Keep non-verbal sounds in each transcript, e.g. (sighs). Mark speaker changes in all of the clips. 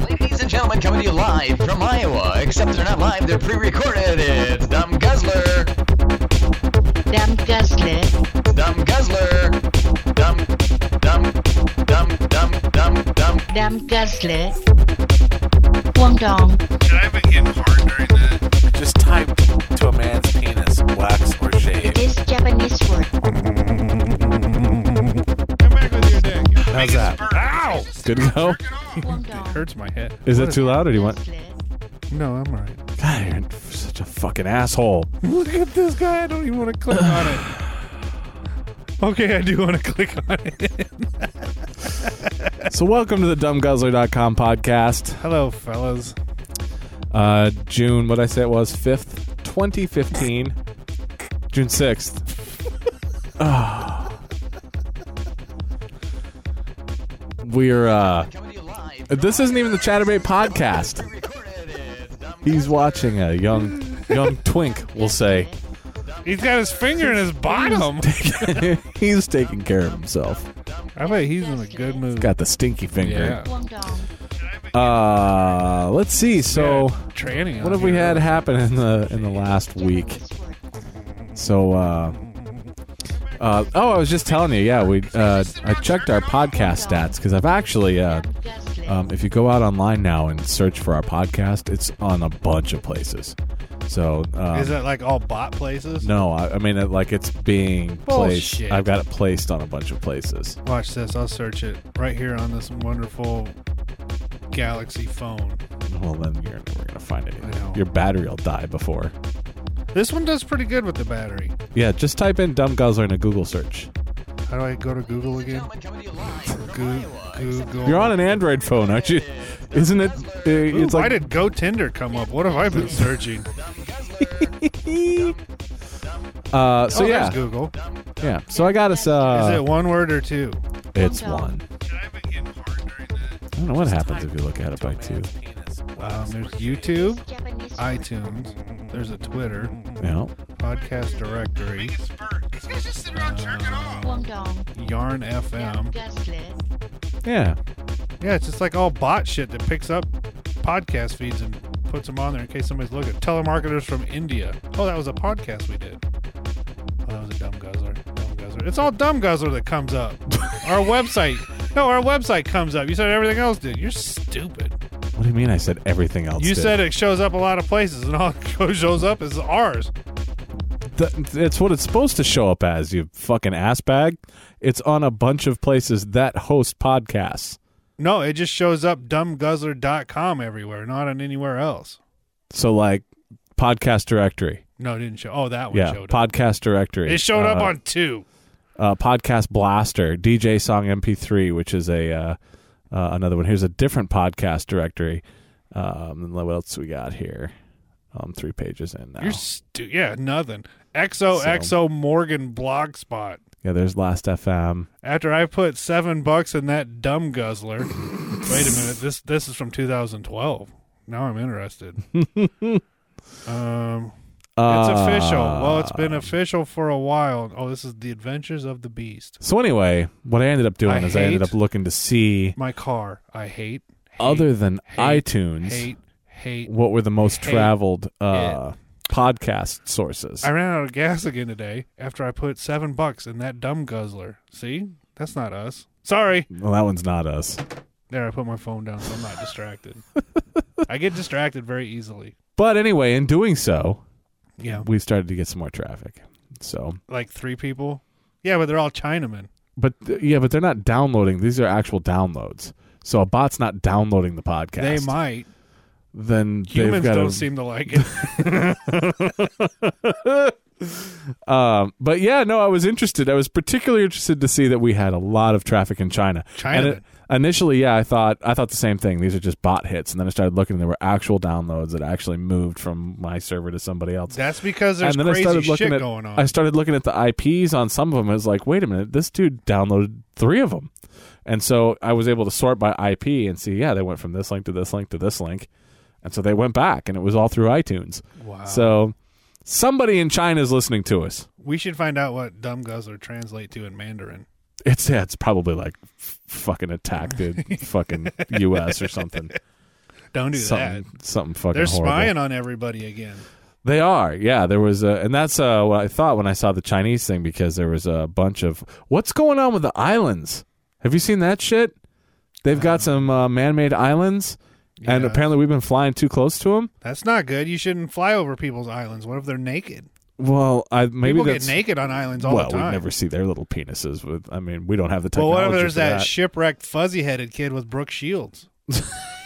Speaker 1: and gentlemen, coming to you live from Iowa. Except they're not live, they're pre-recorded. It's Dumb Guzzler,
Speaker 2: Dumb Guzzler.
Speaker 1: Dumb Guzzler, Dumb, Dumb, Dumb, Dumb, Dumb, Dumb.
Speaker 2: Dumb Guzzler. Wong Dong.
Speaker 3: Did I ever get hard during that?
Speaker 4: Just type to a man's penis, wax or shave.
Speaker 2: This Japanese word.
Speaker 3: Come back with your dick. Your
Speaker 5: How's
Speaker 3: biggest
Speaker 5: that?
Speaker 3: bird.
Speaker 5: Ow! Good to go.
Speaker 3: Jerk it off.
Speaker 2: Wong Dong.
Speaker 5: Hurts my head.
Speaker 6: Is that too loud or do you want?
Speaker 2: Guzzler.
Speaker 3: No, I'm alright.
Speaker 6: God, you're such a fucking asshole.
Speaker 5: (laughs) Look at this guy. I don't even want to click on
Speaker 6: (sighs)
Speaker 5: it. Okay, I do want to click on it.
Speaker 6: So, welcome to the dumbguzzler.com podcast.
Speaker 5: Hello, fellas.
Speaker 6: Uh, June, what I say it was, 5th, 2015. June 6th. Ah. We're, uh,
Speaker 1: Coming to you live. from
Speaker 6: this isn't even the Chatterbait podcast.
Speaker 1: Pre-recorded. It's Dumb
Speaker 6: He's watching a young, young twink, we'll say. (laughs)
Speaker 5: He's got his finger in his bottom.
Speaker 6: he's taking care of himself.
Speaker 5: I bet he's in a good mood.
Speaker 6: Got the stinky
Speaker 5: yeah.
Speaker 6: finger.
Speaker 2: Wong Dong.
Speaker 6: Uh, let's see. So,
Speaker 5: Yeah, tranny.
Speaker 6: What
Speaker 5: out
Speaker 6: have we
Speaker 5: here.
Speaker 6: had happen in the in the last week?
Speaker 2: Japanese word.
Speaker 6: So, uh, uh, oh, I was just telling you, yeah, we uh, I checked our podcast stats because I've actually, uh,
Speaker 2: Dumb Guzzler.
Speaker 6: um, if you go out online now and search for our podcast, it's on a bunch of places. So, um,
Speaker 5: Is that like all bot places?
Speaker 6: no, I, I mean, it, like it's being placed.
Speaker 5: Bullshit.
Speaker 6: I've got it placed on a bunch of places.
Speaker 5: Watch this. I'll search it right here on this wonderful Galaxy phone.
Speaker 6: Well, then you're never gonna find
Speaker 5: I know.
Speaker 6: it. Your battery'll die before.
Speaker 5: This one does pretty good with the battery.
Speaker 6: Yeah, just type in "dumb guzzler" in a Google search.
Speaker 5: How do I go to Google again?
Speaker 1: Gentlemen, coming to you live from
Speaker 5: Goo-
Speaker 1: Iowa.
Speaker 5: Google.
Speaker 6: You're on an Android phone, aren't you? Isn't it? uh,
Speaker 5: Ooh,
Speaker 6: It's like
Speaker 5: why did Go Tinder come up? What have I been searching? Oh,
Speaker 6: Uh, so
Speaker 5: oh, there's
Speaker 6: yeah,
Speaker 5: Google.
Speaker 6: yeah. So I got us.
Speaker 5: Is
Speaker 6: Uh,
Speaker 5: it one word or two?
Speaker 6: It's
Speaker 2: Dumb.
Speaker 6: one.
Speaker 3: Did I ever get hard during that?
Speaker 6: I don't know what happens if you look at it by two.
Speaker 5: Um, there's YouTube,
Speaker 2: Japanese word.
Speaker 5: iTunes. There's a Twitter
Speaker 6: No,
Speaker 5: podcast directory,
Speaker 3: Biggest bird. This guy's just sitting around jerking off.
Speaker 2: Wong Dong.
Speaker 5: Yarn
Speaker 2: Dumb
Speaker 5: FM.
Speaker 2: Guzzler.
Speaker 6: yeah.
Speaker 5: Yeah, it's just like all bot shit that picks up podcast feeds and puts them on there in case somebody's looking. Telemarketers from India. Oh, that was a podcast we did. Oh, that was a dumb guzzler. Dumb guzzler. It's all dumb guzzler that comes up. (laughs) our website. No, our website comes up. You said everything else did. You're stupid.
Speaker 6: What do you mean? I said everything else.
Speaker 5: you
Speaker 6: did?
Speaker 5: said it shows up a lot of places, and all (laughs) it shows up is ours.
Speaker 6: Th- it's what it's supposed to show up as. You fucking ass bag. It's on a bunch of places that host podcasts.
Speaker 5: No, it just shows up dumbguzzler.com everywhere, not on anywhere else.
Speaker 6: So like podcast directory.
Speaker 5: No, it didn't show. Oh, that one
Speaker 6: Yeah,
Speaker 5: showed up.
Speaker 6: podcast directory.
Speaker 5: It showed up
Speaker 6: Uh,
Speaker 5: on two.
Speaker 6: uh, podcast blaster dj song mp3 which is a uh, uh, another one here's a different podcast directory um and what else we got here um three pages in now
Speaker 5: You're stu- yeah, nothing. XOXO Morgan Blogspot.
Speaker 6: yeah there's last fm
Speaker 5: After I put seven bucks in that
Speaker 6: (laughs)
Speaker 5: dumb guzzler. wait a minute, this this is from 2012. Now
Speaker 6: (laughs)
Speaker 5: I'm interested. um, it's
Speaker 6: Uh,
Speaker 5: official. Well, it's
Speaker 6: Ah.
Speaker 5: been official for a while. Oh, this is the Adventures of the Beast.
Speaker 6: so anyway what i ended up doing
Speaker 5: I
Speaker 6: is i ended
Speaker 5: hate-
Speaker 6: up looking to see
Speaker 5: My car. I hate. hate
Speaker 6: other than
Speaker 5: hate,
Speaker 6: itunes
Speaker 5: hate hate.
Speaker 6: what were the most
Speaker 5: hate
Speaker 6: traveled uh podcast sources
Speaker 5: I ran out of gas again today after I put seven bucks in that dumb guzzler. See, that's not us. Sorry.
Speaker 6: well that one's not us
Speaker 5: There, I put my phone down so I'm not distracted. I get distracted very easily.
Speaker 6: but anyway in doing so
Speaker 5: Yeah.
Speaker 6: we started to get some more traffic so
Speaker 5: Like three people. Yeah, but they're all Chinamen.
Speaker 6: But th- yeah, but they're not downloading. These are actual downloads. So a bot's not downloading the podcast.
Speaker 5: They might.
Speaker 6: Then they've
Speaker 5: Humans
Speaker 6: got
Speaker 5: don't
Speaker 6: to.
Speaker 5: seem to
Speaker 6: (laughs)
Speaker 5: like it.
Speaker 6: um, but yeah, no, I was interested. I was particularly interested to see that we had a lot of traffic in China.
Speaker 5: China.
Speaker 6: And it- initially, yeah, I thought I thought the same thing. These are just bot hits, and then I started looking, and there were actual downloads that actually moved from my server to somebody else.
Speaker 5: That's because there's
Speaker 6: and then I
Speaker 5: crazy
Speaker 6: started
Speaker 5: shit
Speaker 6: looking at
Speaker 5: going on.
Speaker 6: I started looking at the IPs on some of them. I was like, wait a minute, this dude downloaded three of them, and so I was able to sort by IP and see, yeah, they went from this link to this link to this link, and so they went back, and it was all through iTunes.
Speaker 5: wow.
Speaker 6: So somebody in China is listening to us.
Speaker 5: we should find out what dumb guzzler translate to in Mandarin.
Speaker 6: It's
Speaker 5: (laughs)
Speaker 6: yeah, it's probably like f- fucking attack the fucking U.S. or something.
Speaker 5: Don't do that.
Speaker 6: something, something fucking
Speaker 5: They're
Speaker 6: horrible.
Speaker 5: spying on everybody again.
Speaker 6: They are, yeah. There was, a, and that's uh, what I thought when I saw the Chinese thing because there was a bunch of what's going on with the islands. Have you seen that shit? They've got some uh, man-made islands, and
Speaker 5: Yeah.
Speaker 6: apparently we've been flying too close to them.
Speaker 5: That's not good. You shouldn't fly over people's islands. What if they're naked?
Speaker 6: Well, I maybe
Speaker 5: People
Speaker 6: that's
Speaker 5: get naked on islands all
Speaker 6: well,
Speaker 5: the time.
Speaker 6: we never see their little penises. With I mean, we don't have the
Speaker 5: well,
Speaker 6: technology.
Speaker 5: what if there's
Speaker 6: for
Speaker 5: that, shipwrecked, fuzzy-headed kid with
Speaker 6: (laughs)
Speaker 5: Brooke Shields?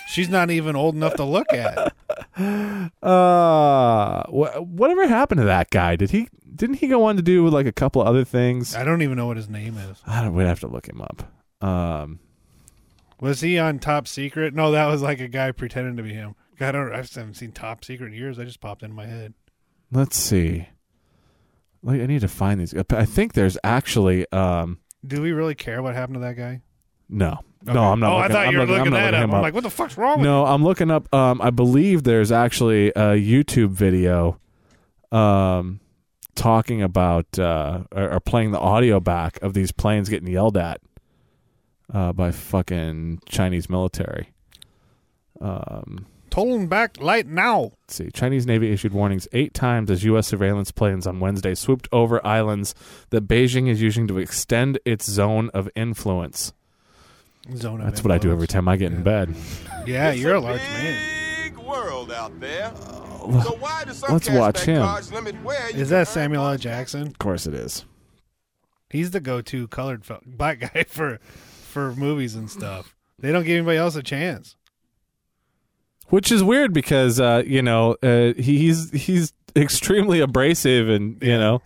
Speaker 5: She's not even old enough to look at.
Speaker 6: uh, wha- whatever happened to that guy? Did he? Didn't he go on to do like a couple other things?
Speaker 5: I don't even know what his name is.
Speaker 6: I don't, we'd have to look him up. Um,
Speaker 5: Was he on Top Secret? No, that was like a guy pretending to be him. God, I don't. I haven't seen Top Secret in years. I just popped into my head.
Speaker 6: let's see. Like, I need to find these. I think there's actually um,
Speaker 5: Do we really care what happened to that guy?
Speaker 6: no, no. I'm not.
Speaker 5: Oh,
Speaker 6: looking,
Speaker 5: I thought
Speaker 6: I'm
Speaker 5: you were
Speaker 6: looking,
Speaker 5: looking,
Speaker 6: I'm not
Speaker 5: that
Speaker 6: looking
Speaker 5: up.
Speaker 6: him
Speaker 5: I'm like, what the fuck's wrong with
Speaker 6: no, I'm looking up. Um, I believe there's actually a YouTube video, um, talking about uh, or, or playing the audio back of these planes getting yelled at, uh, by fucking Chinese military. Um,
Speaker 5: Tolling back light now.
Speaker 6: let's see, Chinese Navy issued warnings eight times as U.S. surveillance planes on Wednesday swooped over islands that Beijing is using to extend its zone of influence.
Speaker 5: Zone of
Speaker 6: That's what I do every
Speaker 5: influence.
Speaker 6: time I get in bed.
Speaker 5: Yeah, you're a large man.
Speaker 7: Big world out there.
Speaker 6: well,
Speaker 5: Oh.
Speaker 7: So why do some
Speaker 6: let's
Speaker 7: cashback
Speaker 6: watch him.
Speaker 7: cards limit where you can
Speaker 5: Is that
Speaker 7: earn
Speaker 5: Samuel L. Jackson?
Speaker 6: Of course, it is.
Speaker 5: He's the go-to colored fel- black (laughs) guy for for movies and stuff. They don't give anybody else a chance.
Speaker 6: which is weird because uh, you know uh, he- he's he's (laughs) extremely abrasive and you know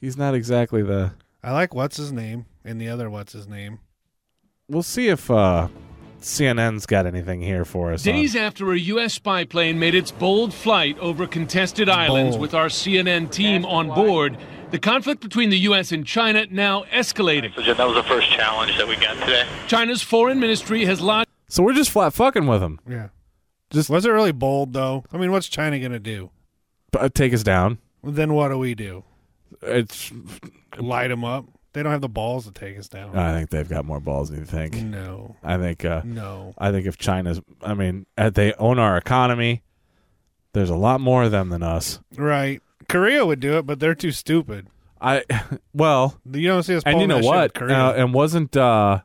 Speaker 6: he's not exactly the.
Speaker 5: I like what's his name and the other what's his name.
Speaker 6: We'll see if uh, CNN's got anything here for us. on-
Speaker 8: Days after a U.S. spy plane made its bold flight over contested islands
Speaker 5: Bold.
Speaker 8: with our CNN team on board, the conflict between the U.S. and China now escalating.
Speaker 9: So Jim, that was the first challenge that we got today.
Speaker 8: China's foreign ministry has lodged
Speaker 6: So we're just flat fucking with him.
Speaker 5: Yeah.
Speaker 6: Just-
Speaker 5: was it really bold though? I mean, what's China gonna do?
Speaker 6: But, uh, take us down.
Speaker 5: Then what do we do?
Speaker 6: It's.
Speaker 5: Light them up? They don't have the balls to take us down.
Speaker 6: I think they've got more balls than you think.
Speaker 5: no,
Speaker 6: I think. Uh,
Speaker 5: no.
Speaker 6: I think if China's, I mean, uh, they own our economy. There's a lot more of them than us.
Speaker 5: Right? Korea would do it, but they're too stupid.
Speaker 6: I, (laughs) well,
Speaker 5: You don't see us.
Speaker 6: and you
Speaker 5: pulling
Speaker 6: know
Speaker 5: that shit with
Speaker 6: what?
Speaker 5: Korea.
Speaker 6: Uh, and wasn't uh,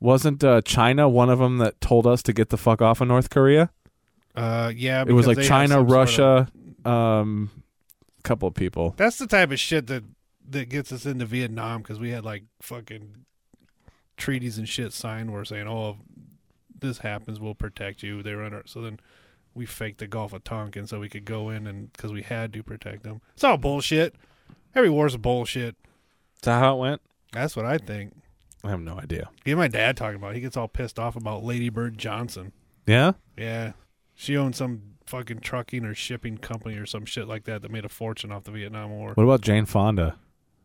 Speaker 6: wasn't uh, China one of them that told us to get the fuck off of North Korea?
Speaker 5: Uh, yeah,
Speaker 6: It was
Speaker 5: because
Speaker 6: like
Speaker 5: they have
Speaker 6: China,
Speaker 5: some sort of-
Speaker 6: Russia, um, couple of people.
Speaker 5: that's the type of shit that that gets us into Vietnam because we had like fucking treaties and shit signed where saying, "Oh, if this happens, we'll protect you." They were under so then we faked the Gulf of Tonkin so we could go in and because we had to protect them. It's all bullshit. Every war's bullshit.
Speaker 6: Is that how it went?
Speaker 5: That's what I think.
Speaker 6: I have no idea.
Speaker 5: Get my dad talking about. it. He gets all pissed off about Lady Bird Johnson.
Speaker 6: Yeah,
Speaker 5: Yeah. She owned some fucking trucking or shipping company or some shit like that that made a fortune off the Vietnam War.
Speaker 6: what about Jane Fonda?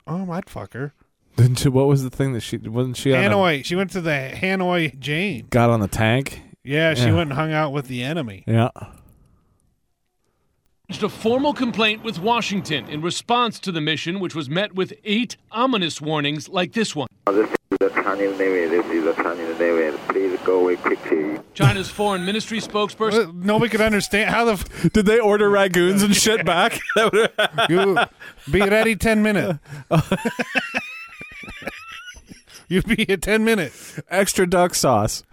Speaker 5: Um, I'd fuck her.
Speaker 6: (laughs) Didn't she, what was the thing that she wasn't she on a-
Speaker 5: Hanoi. She went to the Hanoi Jane.
Speaker 6: got on the tank?
Speaker 5: Yeah, she
Speaker 6: Yeah.
Speaker 5: went and hung out with the enemy.
Speaker 6: Yeah,
Speaker 8: a formal complaint with Washington in response to the mission, which was met with eight ominous warnings like this one.
Speaker 10: the Chinese Navy. This is the Chinese Navy. Please go away quickly.
Speaker 8: China's foreign ministry spokesperson
Speaker 5: What- Nobody could understand how the f-
Speaker 6: did they order ragoons and shit (laughs) back? (laughs)
Speaker 5: you be ready ten minute. you be a ten minute.
Speaker 6: Extra duck sauce.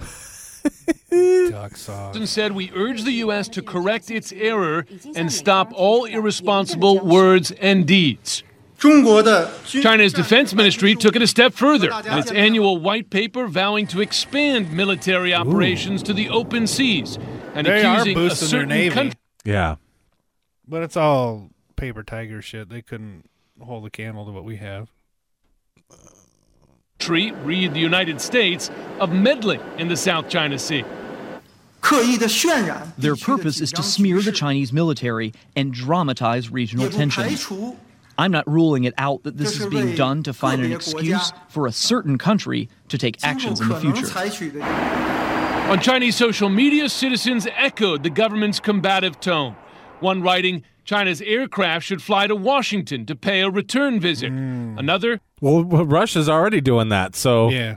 Speaker 5: Duck sauce.
Speaker 8: said we urge the U.S. to correct its error and stop all irresponsible words and deeds. China's defense ministry took it a step further in its annual white paper vowing to expand military operations to the open seas and
Speaker 5: They are
Speaker 8: accusing a
Speaker 5: boosting their
Speaker 8: certain
Speaker 5: navy,
Speaker 8: country
Speaker 6: Yeah,
Speaker 5: but it's all paper tiger shit. They couldn't hold a candle to what we have.
Speaker 8: read the United States of meddling in the South China Sea.
Speaker 11: Their purpose is to smear the Chinese military and dramatize regional tensions. I'm not ruling it out that this is being done to find an excuse for a certain country to take actions in the future.
Speaker 8: On Chinese social media, citizens echoed the government's combative tone. One writing, China's aircraft should fly to Washington to pay a return visit.
Speaker 5: Hmm.
Speaker 8: Another,
Speaker 6: well, Russia's already doing that, so
Speaker 5: Yeah.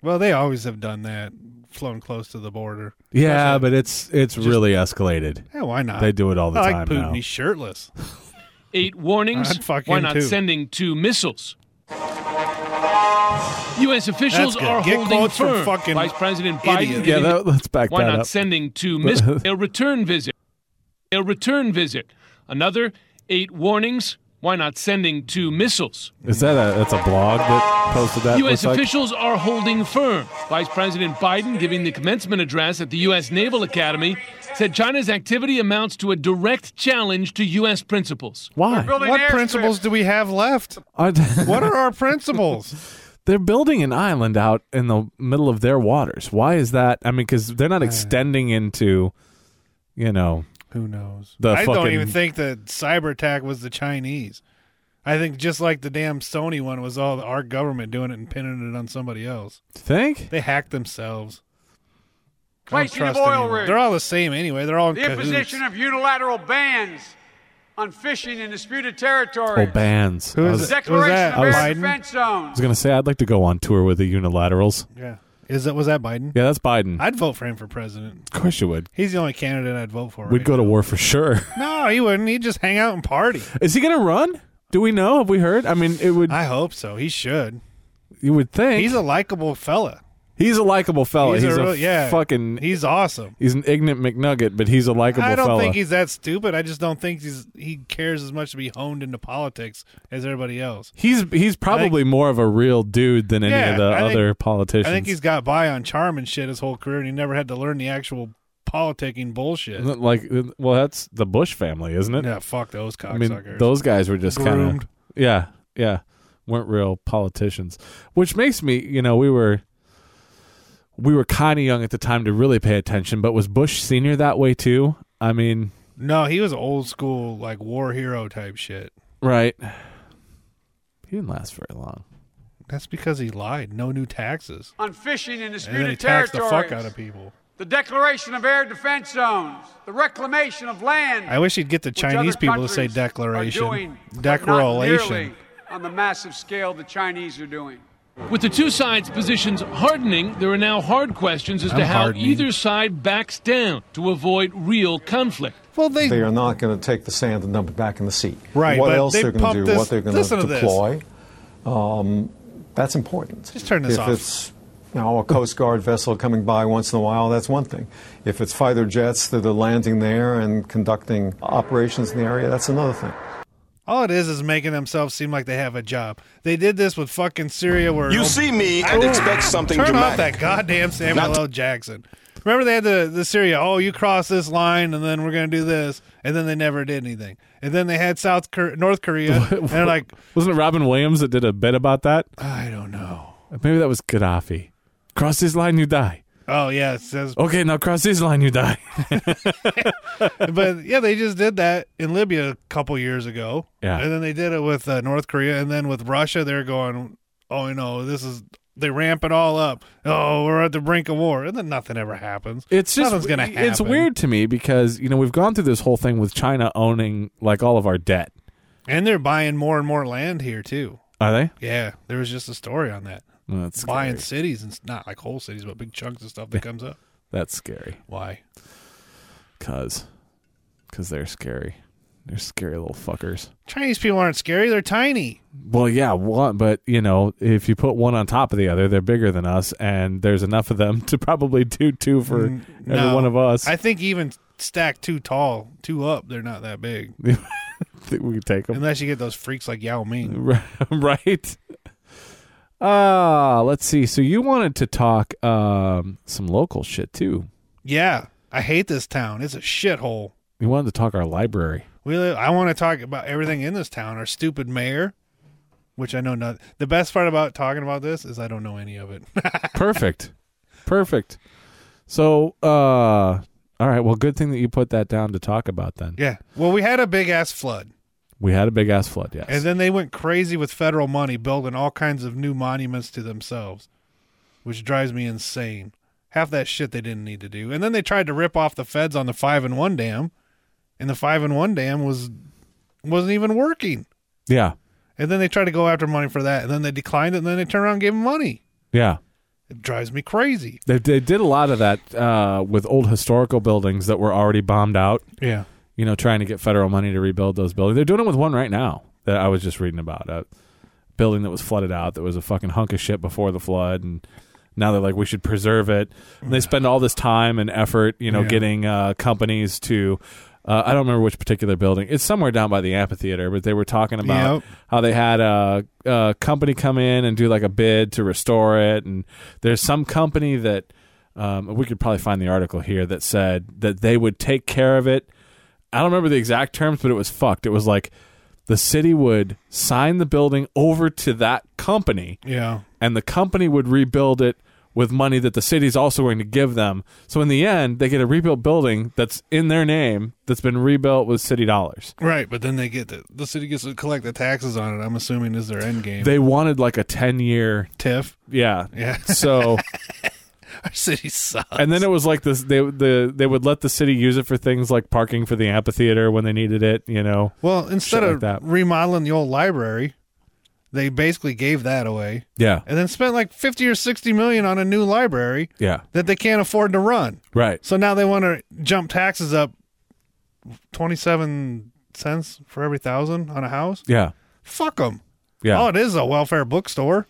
Speaker 5: Well, they always have done that flown close to the border.
Speaker 6: Yeah, but it's it's really escalated.
Speaker 5: Yeah, why not?
Speaker 6: They do it all the
Speaker 5: I
Speaker 6: time
Speaker 5: like Putin.
Speaker 6: now.
Speaker 5: He's shirtless.
Speaker 8: Eight warnings.
Speaker 5: I'd fuck
Speaker 8: Why
Speaker 5: him,
Speaker 8: not
Speaker 5: too.
Speaker 8: sending two missiles? U.S. officials
Speaker 5: That's good.
Speaker 8: are
Speaker 5: Get
Speaker 8: holding
Speaker 5: quotes from
Speaker 8: firm.
Speaker 5: fucking
Speaker 8: Vice President Biden.
Speaker 5: idiots.
Speaker 6: Yeah,
Speaker 8: giving-
Speaker 6: that- let's back
Speaker 8: Why
Speaker 6: that
Speaker 8: not
Speaker 6: up.
Speaker 8: sending two missiles? a return visit. A return visit. Another eight warnings. Why not sending two missiles?
Speaker 6: Is that a that's a blog that posted that? looks
Speaker 8: U.S.
Speaker 6: like?
Speaker 8: officials are holding firm. Vice President Biden, giving the commencement address at the U.S. Naval Academy, said China's activity amounts to a direct challenge to U.S. principles.
Speaker 6: Why?
Speaker 5: What principles do we have left? What are our principles?
Speaker 6: (laughs) They're building an island out in the middle of their waters. Why is that? I mean, because they're
Speaker 5: Uh.
Speaker 6: not extending into, you know,
Speaker 5: (laughs) who knows
Speaker 6: the
Speaker 5: I
Speaker 6: fucking.
Speaker 5: don't even think that cyber attack was the Chinese. I think just like the damn Sony one was all our government doing it and pinning it on somebody else.
Speaker 6: Think?
Speaker 5: They hacked themselves. I don't
Speaker 12: Question of
Speaker 5: trust
Speaker 12: oil
Speaker 5: anyone.
Speaker 12: rigs.
Speaker 5: They're all the same anyway. They're all in
Speaker 12: The imposition of unilateral bans on fishing in disputed territories.
Speaker 6: Oh, bands.
Speaker 5: Who
Speaker 6: I
Speaker 5: is
Speaker 6: was,
Speaker 5: it?
Speaker 6: I was-
Speaker 12: Declaration of
Speaker 6: I was-
Speaker 12: American defense
Speaker 6: I
Speaker 12: zones.
Speaker 6: was gonna say I'd like to go on tour with the unilaterals.
Speaker 5: Yeah. Is that was that Biden?
Speaker 6: Yeah, that's Biden.
Speaker 5: I'd vote for him for president.
Speaker 6: of course you would.
Speaker 5: He's the only candidate I'd vote for.
Speaker 6: We'd go to war for sure. (laughs)
Speaker 5: No, he wouldn't. He'd just hang out and party.
Speaker 6: Is he gonna run? Do we know? Have we heard? I mean, it would.
Speaker 5: I hope so. He should.
Speaker 6: You would think
Speaker 5: He's a likable fella.
Speaker 6: he's a likable fella. Oh, He's, a,
Speaker 5: real- yeah.
Speaker 6: fucking.
Speaker 5: He's awesome.
Speaker 6: He's an ignorant McNugget, but he's a likable
Speaker 5: I don't
Speaker 6: fella.
Speaker 5: think he's that stupid. I just don't think he's he cares as much to be honed into politics as everybody else.
Speaker 6: He's he's probably more of a real dude than any
Speaker 5: Yeah,
Speaker 6: of the
Speaker 5: I think-
Speaker 6: other politicians.
Speaker 5: I think he's got by on charm and shit his whole career, and he never had to learn the actual politicking bullshit.
Speaker 6: like well, that's the Bush family, isn't it?
Speaker 5: Yeah, fuck those
Speaker 6: I mean,
Speaker 5: cocksuckers.
Speaker 6: those guys were just kind
Speaker 5: Groomed.
Speaker 6: of yeah, yeah, weren't real politicians. Which makes me, you know, we were we were kind of young at the time to really pay attention, but was Bush senior that way too? I mean,
Speaker 5: No, he was old school like war hero type shit.
Speaker 6: right? He didn't last very long.
Speaker 5: That's because he lied. No new taxes.
Speaker 12: on fishing in
Speaker 5: And then he
Speaker 12: disputed
Speaker 5: taxed the
Speaker 12: territories.
Speaker 5: fuck out of people.
Speaker 12: The declaration of air defense zones. The reclamation of land.
Speaker 5: I wish he'd get the
Speaker 12: which other
Speaker 5: Chinese people to say
Speaker 12: countries are
Speaker 5: declaration.
Speaker 12: doing, but not
Speaker 5: Declaration.
Speaker 12: nearly On the massive scale the Chinese are doing.
Speaker 8: With the two sides' positions hardening, there are now hard questions as
Speaker 13: I'm
Speaker 8: to how
Speaker 13: hardening.
Speaker 8: either side backs down to avoid real conflict.
Speaker 5: Well, they
Speaker 13: are not going to take the sand and dump it back in the sea.
Speaker 8: Right,
Speaker 13: What
Speaker 8: but
Speaker 13: else
Speaker 8: they
Speaker 13: they're going
Speaker 8: pump
Speaker 13: to do?
Speaker 8: this-
Speaker 13: what they're going
Speaker 8: listen
Speaker 13: to
Speaker 8: to this.
Speaker 13: deploy? Um, that's important.
Speaker 5: Just turn this
Speaker 13: if
Speaker 5: off.
Speaker 13: it's you know, a Coast Guard vessel coming by once in a while, that's one thing. If it's fighter jets that are landing there and conducting operations in the area, that's another thing.
Speaker 5: All it is is making themselves seem like they have a job. They did this with fucking Syria, where
Speaker 7: You see me and
Speaker 5: Oh,
Speaker 7: expect something
Speaker 5: Turn off
Speaker 7: dramatic.
Speaker 5: that goddamn Samuel
Speaker 7: Not-
Speaker 5: L. Jackson. Remember they had the the Syria. Oh, you cross this line, and then we're gonna do this, and then they never did anything. And then they had South Cor-
Speaker 7: (laughs)
Speaker 5: North Korea, and they're like,
Speaker 6: Wasn't it Robin Williams that did a bit about that?
Speaker 5: I don't know.
Speaker 6: Maybe that was Gaddafi. Cross this line, you die.
Speaker 5: Oh yeah, it says.
Speaker 6: Okay, now cross this line, you die.
Speaker 5: but yeah, they just did that in Libya a couple years ago.
Speaker 6: Yeah.
Speaker 5: And then they did it with uh, North Korea, and then with Russia, they're going, oh, you know, this is they ramp it all up. Oh, we're at the brink of war, and then nothing ever happens.
Speaker 6: (laughs) It's just
Speaker 5: nothing's gonna happen.
Speaker 6: It's weird to me because you know we've gone through this whole thing with China owning like all of our debt.
Speaker 5: And they're buying more and more land here too.
Speaker 6: Are they?
Speaker 5: Yeah, there was just a story on that.
Speaker 6: Well, that's
Speaker 5: buying cities and s- not like whole cities, but big chunks of stuff that comes up.
Speaker 6: That's scary.
Speaker 5: Why?
Speaker 6: Cause, cause they're scary. They're scary little fuckers.
Speaker 5: Chinese people aren't scary; they're tiny.
Speaker 6: Well, yeah, one, but you know, if you put one on top of the other, they're bigger than us, and there's enough of them (laughs) to probably do two for
Speaker 5: Mm,
Speaker 6: every
Speaker 5: no.
Speaker 6: one of us.
Speaker 5: I think even stacked too tall, too up, they're not that big.
Speaker 6: think we could take them.
Speaker 5: Unless you get those freaks like Yao
Speaker 6: Mm. (laughs)
Speaker 5: Ming.
Speaker 6: right? Ah, let's see. So you wanted to talk um, some local shit too.
Speaker 5: Yeah, I hate this town. It's a shithole.
Speaker 6: You wanted to talk our library.
Speaker 5: We live, I want to talk about everything in this town. Our stupid mayor, which I know not. The best part about talking about this is I don't know any of it. (laughs)
Speaker 6: Perfect. Perfect. So, uh, all right. Well, good thing that you put that down to talk about then.
Speaker 5: yeah. Well, we had a big ass flood,
Speaker 6: We had a big ass flood, yes.
Speaker 5: and then they went crazy with federal money building all kinds of new monuments to themselves, which drives me insane. Half that shit they didn't need to do, and then they tried to rip off the feds on the five and one dam, and the five and one dam was wasn't even working.
Speaker 6: Yeah.
Speaker 5: And then they tried to go after money for that, and then they declined it, and then they turned around and gave them money.
Speaker 6: Yeah.
Speaker 5: It drives me crazy.
Speaker 6: They, they did a lot of that uh, with old historical buildings that were already bombed out.
Speaker 5: Yeah.
Speaker 6: You know, trying to get federal money to rebuild those buildings. They're doing it with one right now that I was just reading about. A building that was flooded out that was a fucking hunk of shit before the flood. And now they're like, we should preserve it. And they spend all this time and effort, you know,
Speaker 5: Yeah.
Speaker 6: getting uh, companies to. Uh, I don't remember which particular building. It's somewhere down by the amphitheater, but they were talking about
Speaker 5: Yep.
Speaker 6: how they had a, a company come in and do like a bid to restore it, and there's some company that um, we could probably find the article here that said that they would take care of it. I don't remember the exact terms, but it was fucked. It was like the city would sign the building over to that company,
Speaker 5: Yeah.
Speaker 6: and the company would rebuild it with money that the city's also going to give them. So in the end, they get a rebuilt building that's in their name that's been rebuilt with city dollars.
Speaker 5: Right, but then they get the the city gets to collect the taxes on it. I'm assuming is their end game.
Speaker 6: They wanted like a 10 year
Speaker 5: TIF.
Speaker 6: Yeah.
Speaker 5: Yeah.
Speaker 6: (laughs) So
Speaker 5: (laughs) Our city sucks.
Speaker 6: and then it was like this they the they would let the city use it for things like parking for the amphitheater when they needed it, you know.
Speaker 5: Well, instead
Speaker 6: shit like
Speaker 5: of
Speaker 6: that.
Speaker 5: remodeling the old library, they basically gave that away.
Speaker 6: Yeah.
Speaker 5: And then spent like 50 or 60 million on a new library
Speaker 6: Yeah.
Speaker 5: that they can't afford to run.
Speaker 6: Right.
Speaker 5: So now they want to jump taxes up 27 cents for every thousand on a house.
Speaker 6: Yeah.
Speaker 5: Fuck them.
Speaker 6: Yeah.
Speaker 5: All Oh, it is is a welfare bookstore.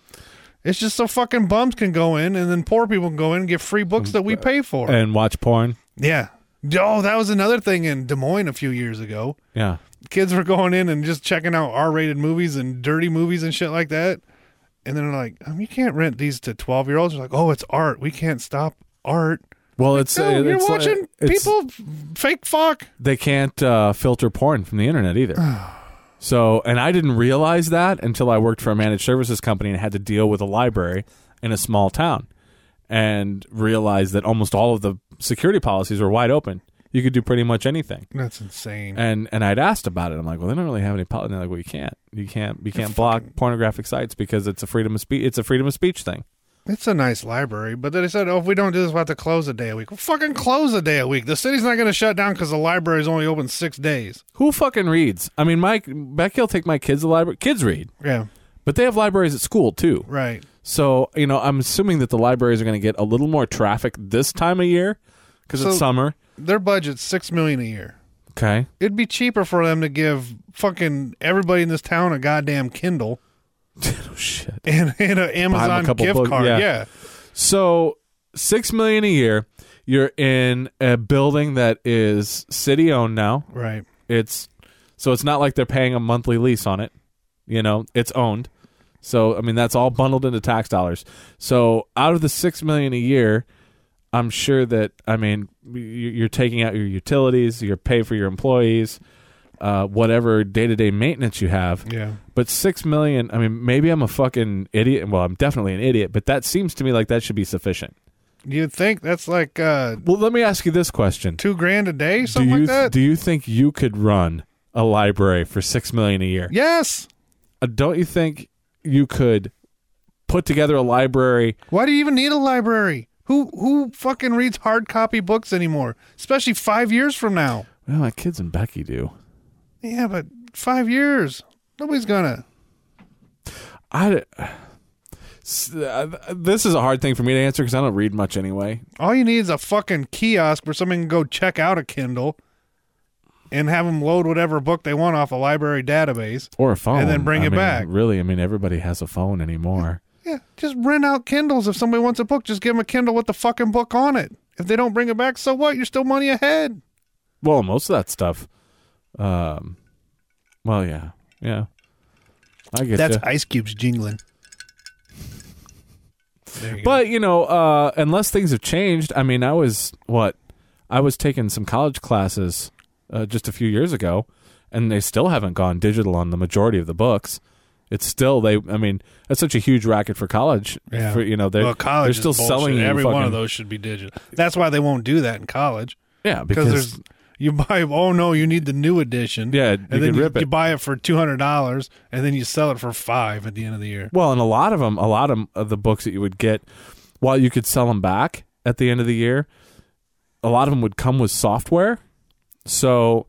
Speaker 5: It's just so fucking bums can go in and then poor people can go in and get free books that we pay for.
Speaker 6: And watch porn.
Speaker 5: yeah. Oh, that was another thing in Des Moines a few years ago
Speaker 6: Yeah.
Speaker 5: kids were going in and just checking out R-rated movies and dirty movies and shit like that. And then they're like, um, you can't rent these to 12-year-olds. They're like, oh, it's art. We can't stop art.
Speaker 6: Well, it's
Speaker 5: No,
Speaker 6: uh,
Speaker 5: you're
Speaker 6: it's like-
Speaker 5: watching
Speaker 6: it's-
Speaker 5: people fake fuck.
Speaker 6: they can't uh, filter porn from the internet
Speaker 5: (sighs)
Speaker 6: either. so, and I didn't realize that until I worked for a managed services company and had to deal with a library in a small town and realized that almost all of the security policies were wide open. You could do pretty much anything.
Speaker 5: That's insane.
Speaker 6: And and I'd asked about it. I'm like, well, they don't really have any policy. They're like, well, you can't, you can't, you can't block pornographic sites because it's a freedom of speech. It's a freedom of speech thing.
Speaker 5: It's a nice library, but then they said, "Oh, if we don't do this, we'll have to close a day a week." Well, fucking close a day a week. The city's not going to shut down because the library's only open six days.
Speaker 6: Who fucking reads? I mean, Mike, Becky will take my kids to the library. Kids read.
Speaker 5: Yeah.
Speaker 6: But they have libraries at school too.
Speaker 5: Right.
Speaker 6: So, you know, I'm assuming that the libraries are going to get a little more traffic this time of year because it's
Speaker 5: So-
Speaker 6: summer.
Speaker 5: Their budget's six million a year.
Speaker 6: Okay.
Speaker 5: It'd be cheaper for them to give fucking everybody in this town a goddamn Kindle.
Speaker 6: (laughs) Oh, shit.
Speaker 5: And, and an Amazon gift
Speaker 6: books-
Speaker 5: card. Yeah.
Speaker 6: So, 6 million a year, you're in a building that is city owned now.
Speaker 5: Right.
Speaker 6: It's so it's not like they're paying a monthly lease on it. You know, it's owned. So, I mean, that's all bundled into tax dollars. So, out of the 6 million a year, I'm sure that I mean you- you're taking out your utilities, your pay for your employees, uh, whatever day to day maintenance you have.
Speaker 5: Yeah.
Speaker 6: But six million. I mean, maybe I'm a fucking idiot. Well, I'm definitely an idiot, but that seems to me like that should be sufficient.
Speaker 5: You'd think that's like uh,
Speaker 6: Well, let me ask you this question:
Speaker 5: two grand a day,
Speaker 6: Do
Speaker 5: something
Speaker 6: you
Speaker 5: like that.
Speaker 6: do you think you could run a library for six million a year?
Speaker 5: yes.
Speaker 6: Uh, don't you think you could put together a library?
Speaker 5: Why do you even need a library? Who who fucking reads hard copy books anymore? Especially five years from now.
Speaker 6: Well, my kids and Becky do.
Speaker 5: Yeah, but five years. Nobody's gonna.
Speaker 6: I (sighs) s- uh, this is a hard thing for me to answer because I don't read much anyway.
Speaker 5: All you need is a fucking kiosk where someone can go check out a Kindle and have them load whatever book they want off a library database.
Speaker 6: Or a phone,
Speaker 5: And then bring
Speaker 6: I
Speaker 5: it
Speaker 6: mean,
Speaker 5: back.
Speaker 6: Really, I mean, everybody has a phone anymore.
Speaker 5: Yeah, just rent out Kindles. If somebody wants a book, just give them a Kindle with the fucking book on it. If they don't bring it back, so what? You're still money ahead.
Speaker 6: Well, most of that stuff. Um, well, yeah, yeah. I get
Speaker 5: That's
Speaker 6: ya.
Speaker 5: Ice Cube's jingling.
Speaker 6: But you know, uh, unless things have changed, I mean, I was what I was taking some college classes uh, just a few years ago, and they still haven't gone digital on the majority of the books. It's still they. I mean, that's such a huge racket for college.
Speaker 5: Yeah.
Speaker 6: For, you know, they're
Speaker 5: Well, college
Speaker 6: they're still
Speaker 5: is bullshit.
Speaker 6: selling you
Speaker 5: Every one
Speaker 6: fucking-
Speaker 5: of those should be digital. That's why they won't do that in college.
Speaker 6: Yeah,
Speaker 5: there's you buy. Oh no, you need the new edition.
Speaker 6: Yeah,
Speaker 5: and
Speaker 6: you
Speaker 5: then
Speaker 6: could
Speaker 5: you,
Speaker 6: rip it.
Speaker 5: you buy it for two hundred dollars, and then you sell it for five at the end of the year.
Speaker 6: Well, and a lot of them, a lot of, of the books that you would get, while you could sell them back at the end of the year, a lot of them would come with software. So,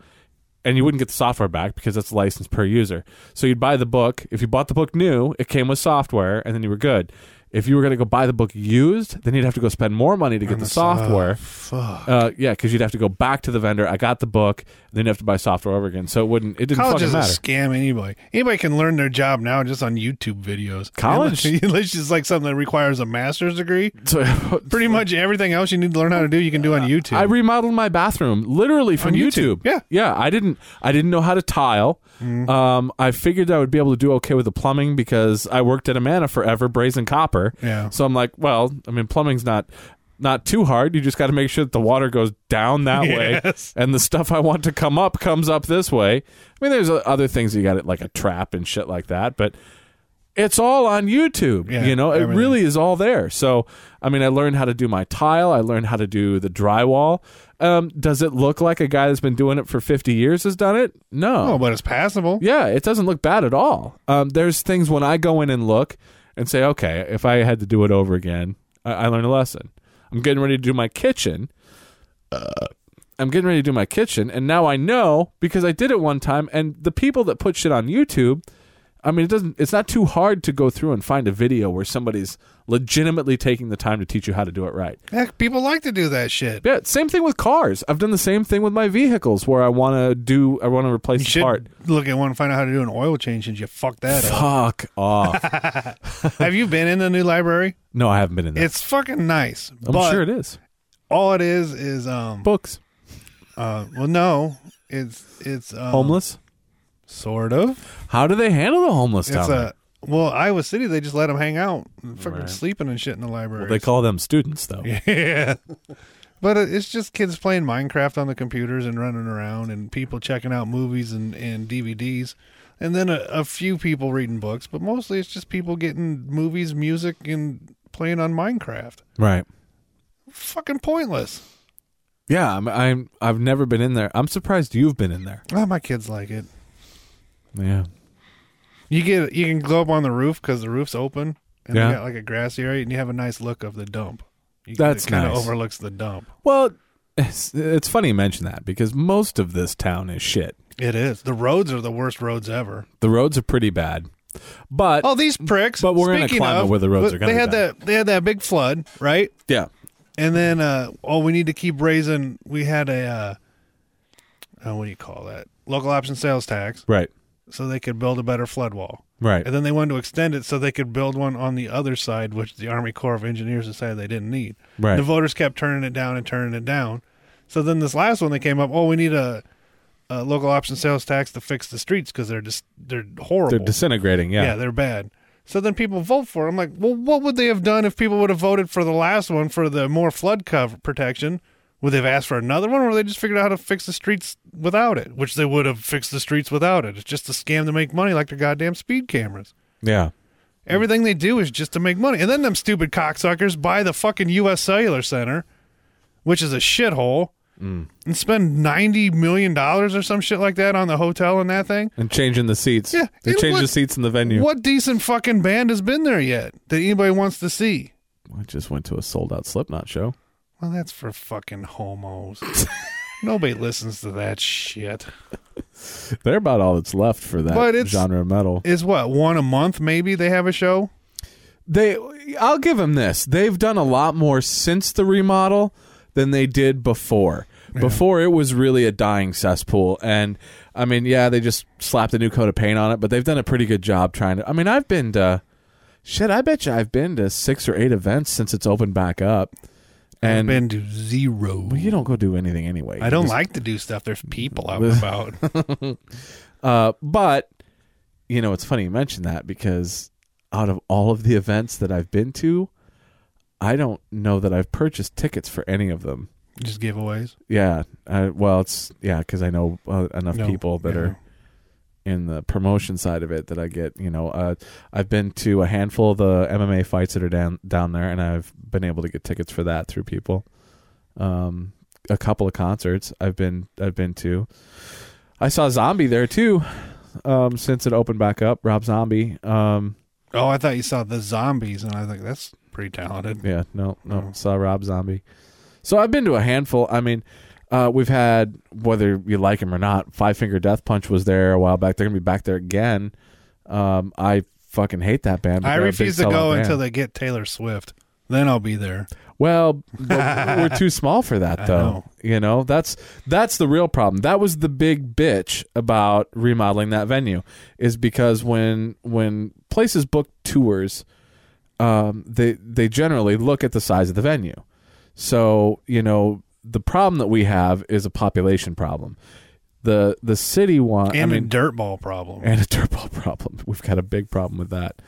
Speaker 6: and you wouldn't get the software back because that's licensed per user. So you'd buy the book. If you bought the book new, it came with software, and then you were good. If you were going to go buy the book used, then you'd have to go spend more money to get the software.
Speaker 5: fuck.
Speaker 6: Uh, yeah, because you'd have to go back to the vendor. I got the book, and then you have to buy software over again. So it wouldn't. It didn't
Speaker 5: College
Speaker 6: fucking
Speaker 5: is a
Speaker 6: (laughs) matter.
Speaker 5: scam. Anybody, anybody can learn their job now just on YouTube videos.
Speaker 6: College-
Speaker 5: (laughs) unless, unless it's like something that requires a master's degree. pretty much everything else you need to learn how to do, you can do on YouTube.
Speaker 6: I remodeled my bathroom literally from
Speaker 5: On YouTube,
Speaker 6: YouTube.
Speaker 5: Mm.
Speaker 6: Yeah, yeah. I didn't. I didn't know how to tile. Um, I figured I would be able to do okay with the plumbing because I worked at Amana forever, brazen copper.
Speaker 5: Yeah.
Speaker 6: So I'm like, well, I mean, plumbing's not not too hard. You just got to make sure that the water goes down that
Speaker 5: Yes.
Speaker 6: way, and the stuff I want to come up comes up this way. I mean, there's uh, other things you got it like a trap and shit like that, but it's all on YouTube.
Speaker 5: Yeah,
Speaker 6: you know, it
Speaker 5: everything.
Speaker 6: really is all there. So, I mean, I learned how to do my tile. I learned how to do the drywall. Um, does it look like a guy that's been doing it for 50 years has done it? No.
Speaker 5: Oh, but it's passable.
Speaker 6: Yeah, it doesn't look bad at all. Um, there's things when I go in and look and say, okay, if I had to do it over again, I, I learned a lesson. I'm getting ready to do my kitchen. Uh, I'm getting ready to do my kitchen, and now I know because I did it one time. And the people that put shit on YouTube, I mean, it doesn't. It's not too hard to go through and find a video where somebody's legitimately taking the time to teach you how to do it right.
Speaker 5: Heck, people like to do that shit.
Speaker 6: Yeah, same thing with cars. I've done the same thing with my vehicles where I want to do, I want to replace the part.
Speaker 5: Look at one and find out how to do an oil change since you fucked that up.
Speaker 6: Fuck off.
Speaker 5: Have you been in the new library?
Speaker 6: no, I haven't been in there.
Speaker 5: It's fucking nice.
Speaker 6: I'm
Speaker 5: but
Speaker 6: sure it is.
Speaker 5: All it is is um
Speaker 6: books.
Speaker 5: Uh, well, no, it's it's um,
Speaker 6: homeless.
Speaker 5: Sort of.
Speaker 6: How do they handle the homeless
Speaker 5: It's
Speaker 6: down there?
Speaker 5: a well, Iowa City. They just let them hang out, and fucking
Speaker 6: Right.
Speaker 5: sleeping and shit in the library.
Speaker 6: Well, they call them students, though.
Speaker 5: (laughs) Yeah. But it- it's just kids playing Minecraft on the computers and running around and people checking out movies and, and DVDs. And then a, a few people reading books, but mostly it's just people getting movies, music, and playing on Minecraft.
Speaker 6: Right.
Speaker 5: Fucking pointless.
Speaker 6: Yeah, I'm, I'm. I've never been in there. I'm surprised you've been in there.
Speaker 5: Oh, my kids like it.
Speaker 6: Yeah.
Speaker 5: You get you can go up on the roof because the roof's open and
Speaker 6: Yeah.
Speaker 5: you got like a grassy area and you have a nice look of the dump. You,
Speaker 6: That's
Speaker 5: it kinda
Speaker 6: nice.
Speaker 5: overlooks the dump.
Speaker 6: Well, it's, it's funny you mention that because most of this town is shit.
Speaker 5: It is. The roads are the worst roads ever.
Speaker 6: The roads are pretty bad, but
Speaker 5: oh, these pricks.
Speaker 6: Mm, But we're in a
Speaker 5: Speaking
Speaker 6: climate
Speaker 5: of,
Speaker 6: where the roads
Speaker 5: but
Speaker 6: are going
Speaker 5: They
Speaker 6: to be
Speaker 5: had
Speaker 6: bad.
Speaker 5: that. They had that big flood, right?
Speaker 6: Yeah.
Speaker 5: And then, uh, oh, we need to keep raising. We had a, uh, uh, what do you call that? Local option sales tax,
Speaker 6: Right.
Speaker 5: so they could build a better flood wall.
Speaker 6: Right.
Speaker 5: And then they wanted to extend it so they could build one on the other side, which the Army Corps of Engineers decided they didn't need.
Speaker 6: Right.
Speaker 5: The voters kept turning it down and turning it down. So then this last one they came up, oh, we need a, a local option sales tax to fix the streets because they're just they're horrible.
Speaker 6: They're disintegrating. Yeah.
Speaker 5: they're bad. So then people vote for it. I'm like, well, what would they have done if people would have voted for the last one for the more flood cover protection? Would they have asked for another one, or they just figured out how to fix the streets without it? Which they would have fixed the streets without it. It's just a scam to make money, like the goddamn speed cameras.
Speaker 6: yeah.
Speaker 5: Everything they do is just to make money. And then them stupid cocksuckers buy the fucking U.S. Cellular Center, which is a shithole,
Speaker 6: Mm.
Speaker 5: and spend ninety million dollars or some shit like that on the hotel and that thing.
Speaker 6: And changing the seats.
Speaker 5: Yeah,
Speaker 6: They
Speaker 5: and
Speaker 6: change the
Speaker 5: what-
Speaker 6: seats in the venue.
Speaker 5: What decent fucking band has been there yet that anybody wants to see?
Speaker 6: I just went to a sold out Slipknot show.
Speaker 5: Well, that's for
Speaker 6: (laughs)
Speaker 5: fucking homos. Nobody listens to that shit.
Speaker 6: They're about all that's left for that
Speaker 5: But it's-
Speaker 6: genre of metal.
Speaker 5: Is what one a month? Maybe they have a show.
Speaker 6: They, I'll give them this. They've done a lot more since the remodel than they did before. Before it was really a dying cesspool, and I mean, yeah, they just slapped a new coat of paint on it, but they've done a pretty good job trying to. I mean, I've been to, shit, I bet you I've been to six or eight events since it's opened back up, and
Speaker 5: been to zero. Well,
Speaker 6: you don't go do anything anyway.
Speaker 5: I
Speaker 6: You
Speaker 5: don't
Speaker 6: just-
Speaker 5: like to do stuff. There's
Speaker 6: (laughs)
Speaker 5: people out and about.
Speaker 6: uh, but you know, it's funny you mention that because out of all of the events that I've been to, I don't know that I've purchased tickets for any of them.
Speaker 5: Just giveaways.
Speaker 6: Yeah. I, well, it's yeah because I know uh, enough
Speaker 5: No,
Speaker 6: people that
Speaker 5: yeah.
Speaker 6: are in the promotion side of it that I get. You know, uh, I've been to a handful of the MMA fights that are down down there, and I've been able to get tickets for that through people. Um, a couple of concerts I've been I've been to. I saw Zombie there too. Um, since it opened back up, Rob Zombie. Um,
Speaker 5: Oh, I thought you saw the zombies, and I think that's pretty talented.
Speaker 6: yeah, no, no. Saw Rob Zombie. So I've been to a handful. I mean, uh, we've had whether you like him or not. Five Finger Death Punch was there a while back. They're gonna be back there again. Um, I fucking hate that band. but
Speaker 5: I
Speaker 6: they're a big
Speaker 5: refuse to
Speaker 6: sellout
Speaker 5: go
Speaker 6: band.
Speaker 5: until they get Taylor Swift. Then I'll be there.
Speaker 6: Well,
Speaker 5: (laughs)
Speaker 6: but we're too small for that, though.
Speaker 5: know.
Speaker 6: You know, that's that's the real problem. That was the big bitch about remodeling that venue, is because when when places book tours, um, they they generally look at the size of the venue. So you know, the problem that we have is a population problem. The the city wants
Speaker 5: And
Speaker 6: I
Speaker 5: a
Speaker 6: mean,
Speaker 5: dirt ball problem.
Speaker 6: and a dirt ball (laughs) problem. We've got a big problem with that.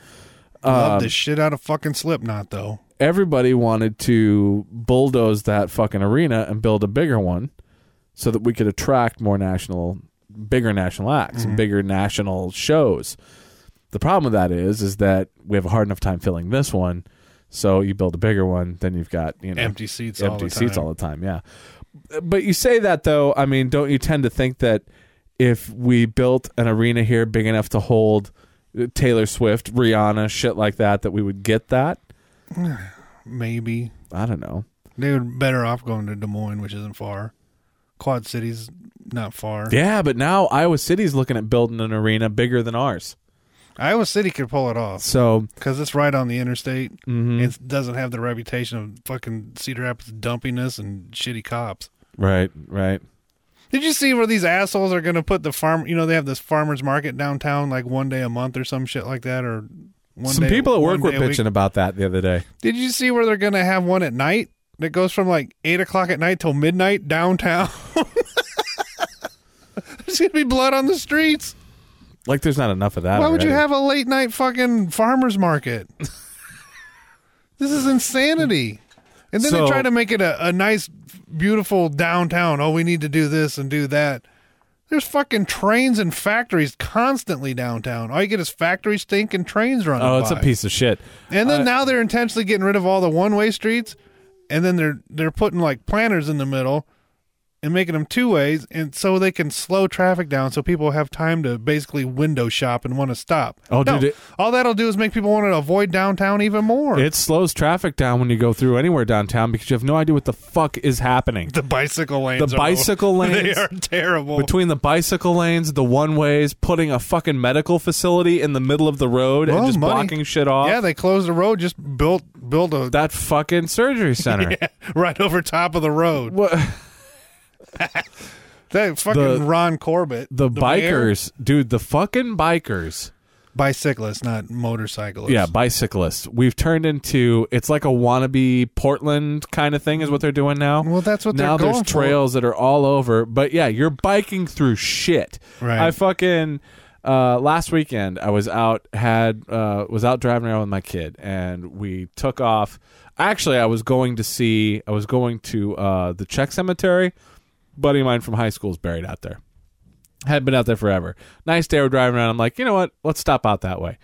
Speaker 5: Love
Speaker 6: Um,
Speaker 5: the shit out of fucking Slipknot though.
Speaker 6: everybody wanted to bulldoze that fucking arena and build a bigger one so that we could attract more national bigger national acts and
Speaker 5: Mhm.
Speaker 6: bigger national shows the problem with that is is that we have a hard enough time filling this one so you build a bigger one then you've got you know
Speaker 5: Empty seats all
Speaker 6: empty
Speaker 5: the
Speaker 6: seats
Speaker 5: time.
Speaker 6: all the time yeah but you say that though i mean don't you tend to think that if we built an arena here big enough to hold taylor swift rihanna shit like that that we would get that
Speaker 5: Maybe
Speaker 6: i don't know
Speaker 5: they were better off going to Des Moines, which isn't far. Quad Cities not far.
Speaker 6: Yeah, but now Iowa City's looking at building an arena bigger than ours.
Speaker 5: Iowa City could pull it off
Speaker 6: So
Speaker 5: because it's right on the interstate.
Speaker 6: Mhm.
Speaker 5: It doesn't have the reputation of fucking Cedar Rapids dumpiness and shitty cops.
Speaker 6: right, right.
Speaker 5: Did you see where these assholes are going to put the farm? You know, they have this farmers market downtown, like one day a month or some shit like that, or one
Speaker 6: Some
Speaker 5: day,
Speaker 6: people at work
Speaker 5: one
Speaker 6: were
Speaker 5: day a week.
Speaker 6: bitching about that the other day.
Speaker 5: Did you see where they're going to have one at night that goes from like eight o'clock at night till midnight downtown? (laughs) There's going to be blood on the streets.
Speaker 6: Like, there's not enough of that.
Speaker 5: Why would you
Speaker 6: already.
Speaker 5: have a late night fucking farmers market? this is insanity. And then
Speaker 6: So-
Speaker 5: they try to make it a, a nice, beautiful downtown. Oh, we need to do this and do that. There's fucking trains and factories constantly downtown. All you get is factory stink and trains running.
Speaker 6: Oh, it's a
Speaker 5: by.
Speaker 6: piece of shit.
Speaker 5: And then now they're intentionally getting rid of all the one-way streets, and then they're they're putting like planters in the middle, and making them two ways, and so they can slow traffic down, so people have time to basically window shop and want to stop.
Speaker 6: Oh,
Speaker 5: No,
Speaker 6: dude, it-
Speaker 5: all that'll do is make people want to avoid downtown even more.
Speaker 6: It slows traffic down when you go through anywhere downtown because you have no idea what the fuck is happening.
Speaker 5: (laughs) the bicycle lanes.
Speaker 6: The
Speaker 5: are-
Speaker 6: bicycle
Speaker 5: (laughs) They
Speaker 6: lanes
Speaker 5: are terrible.
Speaker 6: Between the bicycle lanes, the one ways, putting a fucking medical facility in the middle of the road
Speaker 5: Well,
Speaker 6: and just
Speaker 5: money.
Speaker 6: blocking shit off.
Speaker 5: yeah, they closed the road, just built built a
Speaker 6: that fucking surgery center.
Speaker 5: (laughs) Yeah, (laughs) right over top of the road. that fucking
Speaker 6: The-
Speaker 5: Ron Corbett,
Speaker 6: The,
Speaker 5: mayor?
Speaker 6: bikers, dude, the fucking bikers.
Speaker 5: bicyclists, not motorcyclists.
Speaker 6: Yeah, bicyclists. We've turned into it's like a wannabe Portland kind of thing is what they're doing now.
Speaker 5: Well, that's what
Speaker 6: now
Speaker 5: they're going
Speaker 6: there's trails that are all over, but yeah, you're biking through shit.
Speaker 5: Right.
Speaker 6: I fucking uh, last weekend I was out had uh, was out driving around with my kid and we took off. Actually, I was going to see I was going to uh, the Czech cemetery. buddy of mine from high school is buried out there had been out there forever. Nice day, we're driving around. I'm like, you know what? Let's stop out that way.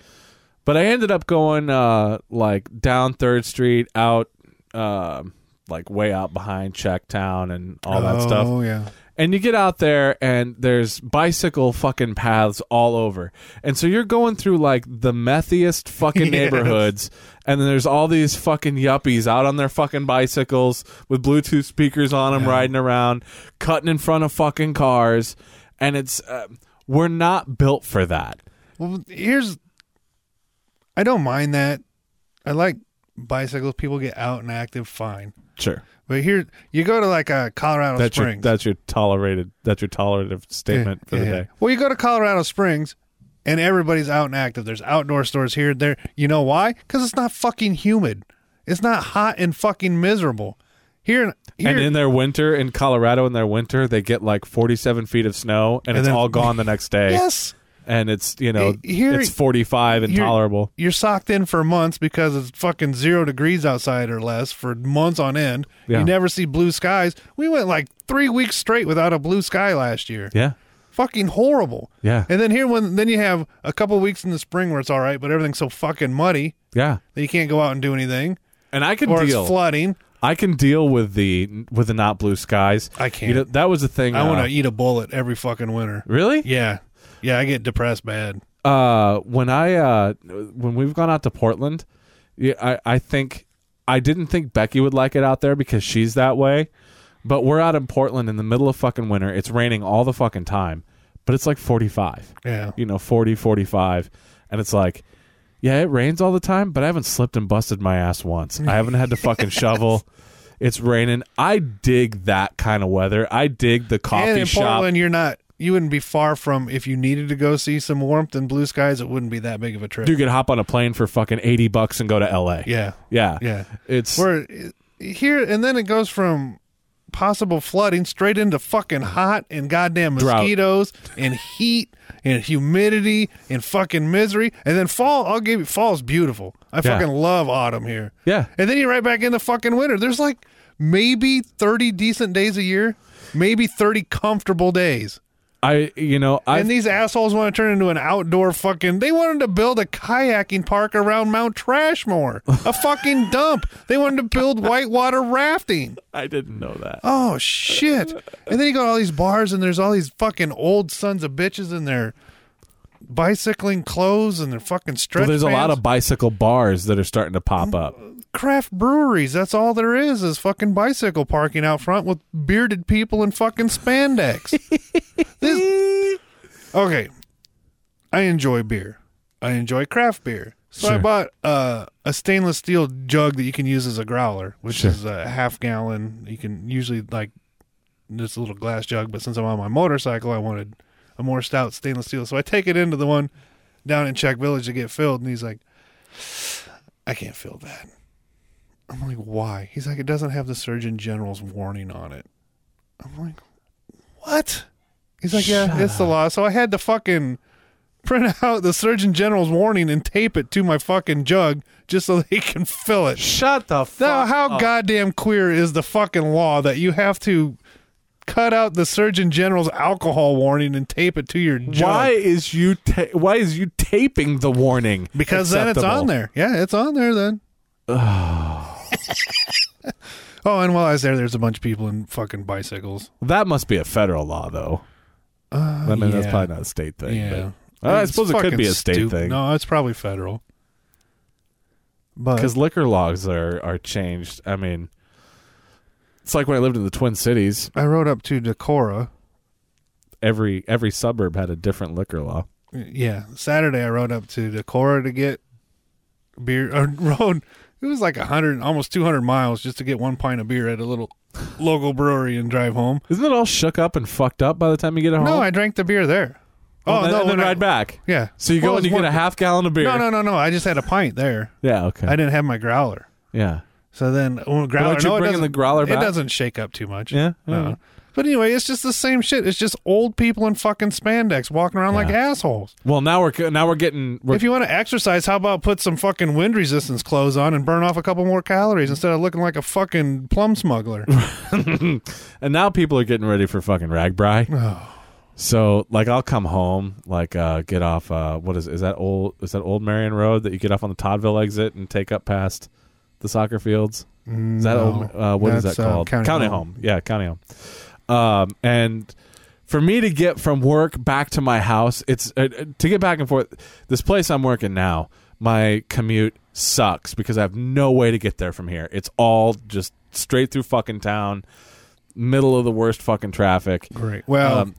Speaker 6: But I ended up going uh, like down Third Street, out um like way out behind Checktown and all that
Speaker 5: Oh,
Speaker 6: stuff.
Speaker 5: yeah.
Speaker 6: And you get out there, and there's bicycle fucking paths all over. And so you're going through like the methiest fucking
Speaker 5: (laughs) Yes.
Speaker 6: neighborhoods, and then there's all these fucking yuppies out on their fucking bicycles with Bluetooth speakers on them, riding around, cutting in front of fucking cars. And it's, uh, we're not built for that.
Speaker 5: Well, here's. I don't mind that. I like bicycles. People get out and active, fine.
Speaker 6: Sure.
Speaker 5: But here, you go to like uh, Colorado
Speaker 6: That's your,
Speaker 5: Springs.
Speaker 6: that's your tolerated, that's your tolerative statement for the
Speaker 5: Yeah.
Speaker 6: day.
Speaker 5: Well, you go to Colorado Springs, and everybody's out and active. There's outdoor stores here, there. You know why? Because it's not fucking humid. It's not hot and fucking miserable. Here, here
Speaker 6: and in their winter in Colorado, in their winter, they get like forty-seven feet of snow, and,
Speaker 5: And
Speaker 6: it's
Speaker 5: then-
Speaker 6: all gone the
Speaker 5: (laughs)
Speaker 6: next day.
Speaker 5: Yes.
Speaker 6: and it's you know
Speaker 5: Eh, here-
Speaker 6: it's forty-five and
Speaker 5: you're-
Speaker 6: tolerable.
Speaker 5: You're socked in for months because it's fucking zero degrees outside or less for months on end.
Speaker 6: Yeah.
Speaker 5: You never see blue skies. We went like three weeks straight without a blue sky last year.
Speaker 6: Yeah,
Speaker 5: Fucking horrible.
Speaker 6: Yeah.
Speaker 5: And then here when then you have a couple weeks in the spring where it's all right, but everything's so fucking muddy
Speaker 6: yeah.
Speaker 5: that you can't go out and do anything.
Speaker 6: And I can
Speaker 5: or
Speaker 6: deal.
Speaker 5: it's flooding.
Speaker 6: I can deal with the with the not blue skies.
Speaker 5: I can't.
Speaker 6: You know, that was the thing.
Speaker 5: I
Speaker 6: uh,
Speaker 5: want to eat a bullet every fucking winter.
Speaker 6: Really?
Speaker 5: Yeah. Yeah, I get depressed bad.
Speaker 6: uh when i uh when we've gone out to portland yeah, i i think i didn't think becky would like it out there because she's that way but we're out in portland in the middle of fucking winter it's raining all the fucking time but it's like 45
Speaker 5: Yeah.
Speaker 6: you know 40 45 and it's like yeah, it rains all the time, but I haven't slipped and busted my ass once. I haven't had to fucking
Speaker 5: (laughs)
Speaker 6: shovel. It's raining. I dig that kind of weather. I dig the coffee
Speaker 5: and in
Speaker 6: shop.
Speaker 5: Portland, you're not. You wouldn't be far from if you needed to go see some warmth and blue skies. It wouldn't be that big of a trip.
Speaker 6: Dude could hop on a plane for fucking eighty bucks and go to L.A.
Speaker 5: Yeah.
Speaker 6: yeah,
Speaker 5: Yeah.
Speaker 6: It's
Speaker 5: We're here, and then it goes from possible flooding straight into fucking hot and goddamn
Speaker 6: Drought.
Speaker 5: mosquitoes and heat and humidity and fucking misery. And then fall, I'll give you fall's beautiful. I
Speaker 6: Yeah.
Speaker 5: fucking love autumn here.
Speaker 6: Yeah.
Speaker 5: And then you're right back into fucking winter. There's like maybe 30 decent days a year, maybe 30 comfortable days.
Speaker 6: I you know I
Speaker 5: and these assholes want to turn into an outdoor fucking. They wanted to build a kayaking park around Mount Trashmore, a fucking (laughs) dump. They wanted to build whitewater rafting.
Speaker 6: I didn't know that.
Speaker 5: Oh shit! And then you got all these bars, and there's all these fucking old sons of bitches in their bicycling clothes and their fucking stretch.
Speaker 6: Well, there's a lot
Speaker 5: pants.
Speaker 6: of bicycle bars that are starting to pop
Speaker 5: Mm.
Speaker 6: up.
Speaker 5: craft breweries. That's all there is is fucking bicycle parking out front with bearded people in fucking spandex.
Speaker 6: (laughs)
Speaker 5: This- okay, I enjoy beer. I enjoy craft beer. So I
Speaker 6: Sure.
Speaker 5: bought uh, a stainless steel jug that you can use as a growler, which
Speaker 6: Sure.
Speaker 5: is a half gallon. You can usually like this little glass jug, but since I'm on my motorcycle, I wanted a more stout stainless steel. So I take it into the one down in Czech Village to get filled, and he's like, "I can't fill that." I'm like, "Why?" He's like, "It doesn't have the Surgeon General's warning on it." I'm like, "What?" He's like, "Yeah, it's the law." So I had to fucking print (laughs) out the Surgeon General's warning and tape it to my fucking jug just so (laughs) they can fill it.
Speaker 6: Shut the fuck
Speaker 5: now, How
Speaker 6: up.
Speaker 5: goddamn queer is the fucking law that you have to cut out the Surgeon General's alcohol warning and tape it to your jug?
Speaker 6: Why is you ta- why is you taping the warning?
Speaker 5: Because then it's
Speaker 6: acceptable?
Speaker 5: on there. Yeah, it's on
Speaker 6: (sighs)
Speaker 5: there then. oh, and while I was there, there's a bunch of people in fucking bicycles.
Speaker 6: That must be a federal law, though.
Speaker 5: Uh,
Speaker 6: I mean, that's
Speaker 5: yeah.
Speaker 6: probably not a state thing.
Speaker 5: Yeah.
Speaker 6: but- Uh, I
Speaker 5: It's
Speaker 6: suppose it could
Speaker 5: fucking
Speaker 6: be a state
Speaker 5: stupid.
Speaker 6: thing.
Speaker 5: No, it's probably federal. But
Speaker 6: because liquor laws are are changed. I mean, it's like when I lived in the Twin Cities.
Speaker 5: I rode up to Decorah.
Speaker 6: Every every suburb had a different liquor law.
Speaker 5: Yeah, Saturday I rode up to Decorah to get beer. (laughs) Or rode. It was like hundred, almost two hundred miles just to get one pint of beer at a little local brewery and drive home.
Speaker 6: Isn't it all shook up and fucked up by the time you get home?
Speaker 5: No, I drank the beer there.
Speaker 6: Oh, and then- and then
Speaker 5: when I-
Speaker 6: ride back.
Speaker 5: Yeah.
Speaker 6: So you
Speaker 5: Well,
Speaker 6: go and
Speaker 5: it was
Speaker 6: you get
Speaker 5: one-
Speaker 6: a half gallon of beer.
Speaker 5: No, no, no, no. I just had a pint there.
Speaker 6: Yeah. Okay.
Speaker 5: I didn't have my growler.
Speaker 6: Yeah.
Speaker 5: So then, well, growler.
Speaker 6: aren't you
Speaker 5: no, it
Speaker 6: bringing
Speaker 5: doesn't-
Speaker 6: the growler
Speaker 5: It
Speaker 6: back?
Speaker 5: doesn't shake up too much.
Speaker 6: Yeah.
Speaker 5: No. But anyway, it's just the same shit. It's just old people in fucking spandex walking around like assholes.
Speaker 6: Well, now we're now we're getting. We're,
Speaker 5: if you want to exercise, how about put some fucking wind resistance clothes on and burn off a couple more calories instead of looking like a fucking
Speaker 6: (laughs)
Speaker 5: plum smuggler?
Speaker 6: and now people are getting ready for fucking ragbri.
Speaker 5: Oh.
Speaker 6: So like I'll come home, like uh get off uh what is is that old is that old Marion Road that you get off on the Toddville exit and take up past the soccer fields? Is that old
Speaker 5: No.
Speaker 6: uh what is
Speaker 5: That's,
Speaker 6: that
Speaker 5: uh,
Speaker 6: called?
Speaker 5: County
Speaker 6: County
Speaker 5: Home.
Speaker 6: home. Yeah, county home. Um and for me to get from work back to my house, it's uh, uh, to get back and forth. This place I'm working now, my commute sucks because I have no way to get there from here. It's all just straight through fucking town, middle of the worst fucking traffic.
Speaker 5: Great. Well-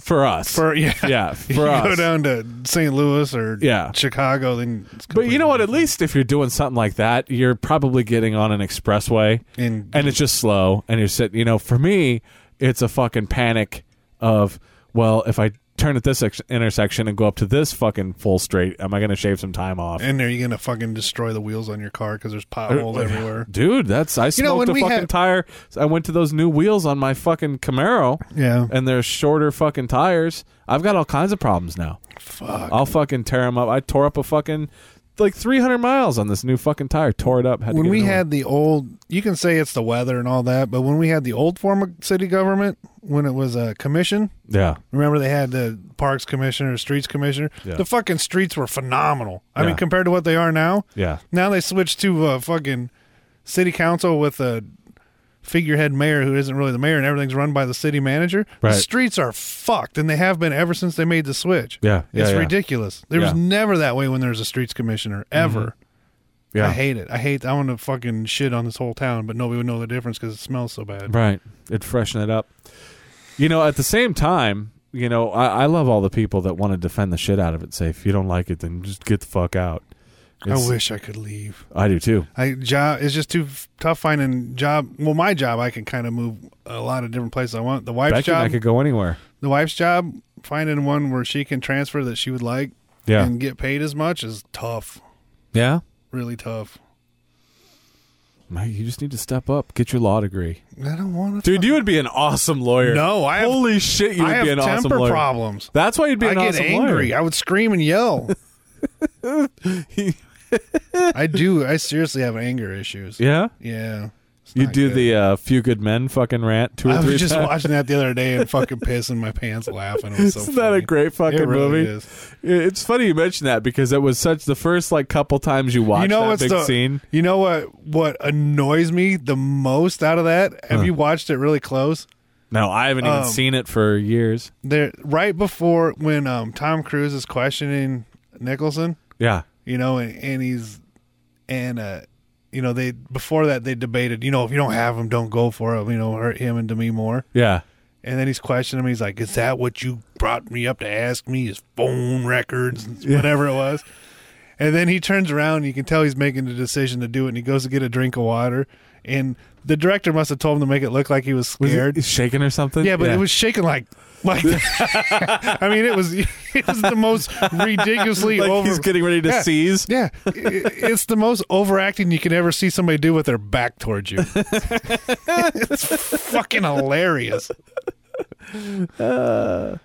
Speaker 6: for us,
Speaker 5: For (laughs) yeah,
Speaker 6: Um, yeah,
Speaker 5: you
Speaker 6: for
Speaker 5: go
Speaker 6: us.
Speaker 5: down to St. Louis or
Speaker 6: Yeah.
Speaker 5: Chicago, then it's
Speaker 6: But you know what? At least if you're doing something like that, you're probably getting on an expressway,
Speaker 5: And-
Speaker 6: it's just slow, and you're sitting. You know, for me, it's a fucking panic of well, if I turn at this ex- intersection and go up to this fucking full straight, am I going to shave some time off?
Speaker 5: in there you're gonna fucking destroy the wheels on your car because
Speaker 6: (laughs)
Speaker 5: there's potholes everywhere.
Speaker 6: dude. That's I
Speaker 5: You know,
Speaker 6: smoked
Speaker 5: when
Speaker 6: a
Speaker 5: we
Speaker 6: fucking
Speaker 5: had-
Speaker 6: tire. I went to those new wheels on my fucking Camaro.
Speaker 5: Yeah.
Speaker 6: and they're shorter fucking tires. I've got all kinds of problems now.
Speaker 5: Fuck.
Speaker 6: I'll fucking tear them up. I tore up a fucking like 300 miles on this new fucking tire. Tore it up. Had to
Speaker 5: when
Speaker 6: get a
Speaker 5: we
Speaker 6: new one.
Speaker 5: had the old you can say it's the weather and all that but when we had the old form of city government when it was a commission
Speaker 6: yeah.
Speaker 5: remember they had the parks commissioner streets commissioner
Speaker 6: Yeah.
Speaker 5: the fucking streets were phenomenal i
Speaker 6: Yeah.
Speaker 5: mean compared to what they are now
Speaker 6: Yeah.
Speaker 5: now they switched to uh, fucking city council with a figurehead mayor who isn't really the mayor and everything's run by the city manager
Speaker 6: Right.
Speaker 5: the streets are fucked and they have been ever since they made the switch
Speaker 6: Yeah, yeah,
Speaker 5: it's
Speaker 6: yeah.
Speaker 5: ridiculous there was
Speaker 6: Yeah.
Speaker 5: never that way when there was a streets commissioner ever
Speaker 6: Mm-hmm. Yeah.
Speaker 5: I hate it. I hate. I want to fucking shit on this whole town, but nobody would know the difference because it smells so bad.
Speaker 6: Right. It'd freshen it up. You know, at the same time, you know, I, I love all the people that want to defend the shit out of it. Say, if you don't like it, then just get the fuck out.
Speaker 5: I wish I could leave.
Speaker 6: I do too.
Speaker 5: I job it's just too f- tough finding job. Well, my job I can kind of move a lot of different places I want. The wife's
Speaker 6: Becky and
Speaker 5: job
Speaker 6: I could go anywhere.
Speaker 5: the wife's job finding one where she can transfer that she would like
Speaker 6: Yeah.
Speaker 5: and get paid as much is tough.
Speaker 6: Yeah.
Speaker 5: Really tough.
Speaker 6: Mike, you just need to step up, get your law degree.
Speaker 5: I don't want
Speaker 6: Dude, you would be an awesome lawyer.
Speaker 5: No, I have-
Speaker 6: holy shit, you
Speaker 5: I
Speaker 6: would
Speaker 5: have
Speaker 6: be an awesome
Speaker 5: temper
Speaker 6: lawyer.
Speaker 5: problems.
Speaker 6: That's why you'd be
Speaker 5: I
Speaker 6: an
Speaker 5: get
Speaker 6: awesome
Speaker 5: angry.
Speaker 6: lawyer.
Speaker 5: I would scream
Speaker 6: (laughs)
Speaker 5: and yell. I do. I seriously have anger issues.
Speaker 6: Yeah?
Speaker 5: Yeah.
Speaker 6: You do the uh, few good men fucking rant two or
Speaker 5: I
Speaker 6: three
Speaker 5: was just
Speaker 6: times.
Speaker 5: watching that the other day and fucking pissing my pants laughing. It was
Speaker 6: (laughs)
Speaker 5: so
Speaker 6: Isn't that a
Speaker 5: funny.
Speaker 6: great fucking
Speaker 5: It really
Speaker 6: movie?
Speaker 5: is.
Speaker 6: It- It's funny you mentioned that because it was such the first like couple times you watched
Speaker 5: you know
Speaker 6: that
Speaker 5: what's
Speaker 6: big
Speaker 5: the,
Speaker 6: scene.
Speaker 5: You know what what annoys me the most out of that? Have
Speaker 6: Huh.
Speaker 5: you watched it really close?
Speaker 6: No, I haven't
Speaker 5: Um,
Speaker 6: even seen it for years.
Speaker 5: There right before when um, Tom Cruise is questioning Nicholson,
Speaker 6: Yeah.
Speaker 5: you know, and, and he's and uh you know, they before that they debated, you know, if you don't have him, don't go for him, you know, hurt him and Demi Moore.
Speaker 6: Yeah.
Speaker 5: And then he's questioning him. He's like, "Is that what you brought me up to ask me? His
Speaker 6: (laughs)
Speaker 5: phone records, and whatever it was." And then he turns around. And you can tell he's making the decision to do it. And he goes to get a drink of water. And the director must have told him to make it look like he was
Speaker 6: Was
Speaker 5: scared.
Speaker 6: it shaking or something?
Speaker 5: yeah, but it was shaking like, like. (laughs) I mean, it was (laughs) it was the
Speaker 6: (laughs)
Speaker 5: most ridiculously
Speaker 6: Like
Speaker 5: over.
Speaker 6: he's getting ready to
Speaker 5: Yeah.
Speaker 6: seize.
Speaker 5: (laughs) Yeah, I- it's the most overacting you can ever see somebody do with their back towards you. (laughs) it's fucking hilarious. They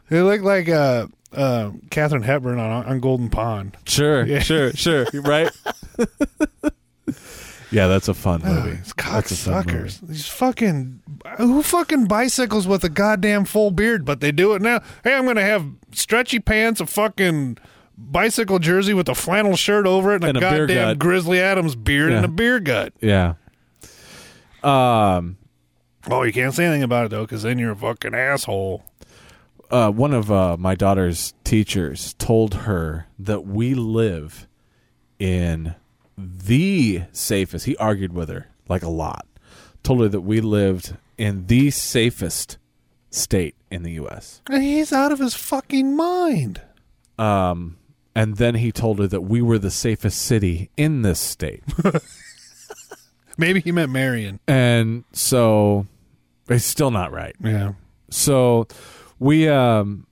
Speaker 5: look like uh, uh, Catherine Hepburn on, on Golden Pond.
Speaker 6: Sure,
Speaker 5: Yeah.
Speaker 6: sure,
Speaker 5: (laughs)
Speaker 6: sure. Right? (laughs) yeah, that's a
Speaker 5: (sighs)
Speaker 6: fun movie.
Speaker 5: It's
Speaker 6: That's a fun movie.
Speaker 5: cocksuckers. These fucking who fucking bicycles with a goddamn full beard, but they do it now. Hey, I'm gonna have stretchy pants, a fucking bicycle jersey with a flannel shirt over it, and,
Speaker 6: And
Speaker 5: a,
Speaker 6: a beer
Speaker 5: goddamn
Speaker 6: gut.
Speaker 5: Grizzly Adams beard
Speaker 6: Yeah.
Speaker 5: and a beer gut.
Speaker 6: Yeah. Um
Speaker 5: Oh, you can't say anything about it though, because then you're a fucking asshole.
Speaker 6: uh, one of uh, my daughter's teachers told her that we live in the safest. He argued with her like a lot. Told her that we lived in the safest state in the U.S.
Speaker 5: And he's out of his fucking mind.
Speaker 6: Um, and then he told her that we were the safest city in this state. (laughs)
Speaker 5: Maybe he meant Marion.
Speaker 6: and so it's still not right.
Speaker 5: Yeah.
Speaker 6: So we um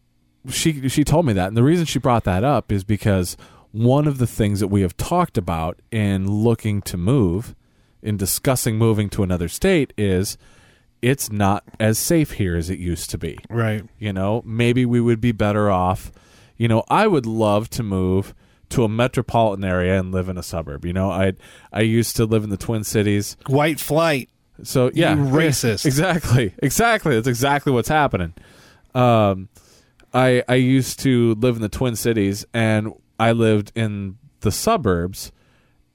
Speaker 6: she she told me that and the reason she brought that up is because one of the things that we have talked about in looking to move in discussing moving to another state is it's not as safe here as it used to be.
Speaker 5: Right.
Speaker 6: You know, maybe we would be better off. You know, I would love to move to a metropolitan area and live in a suburb. You know, I I used to live in the Twin Cities.
Speaker 5: White flight.
Speaker 6: So yeah,
Speaker 5: You
Speaker 6: yeah,
Speaker 5: racist.
Speaker 6: Exactly, (laughs) exactly. That's exactly what's happening. Um, I I used to live in the Twin Cities, and I lived in the suburbs,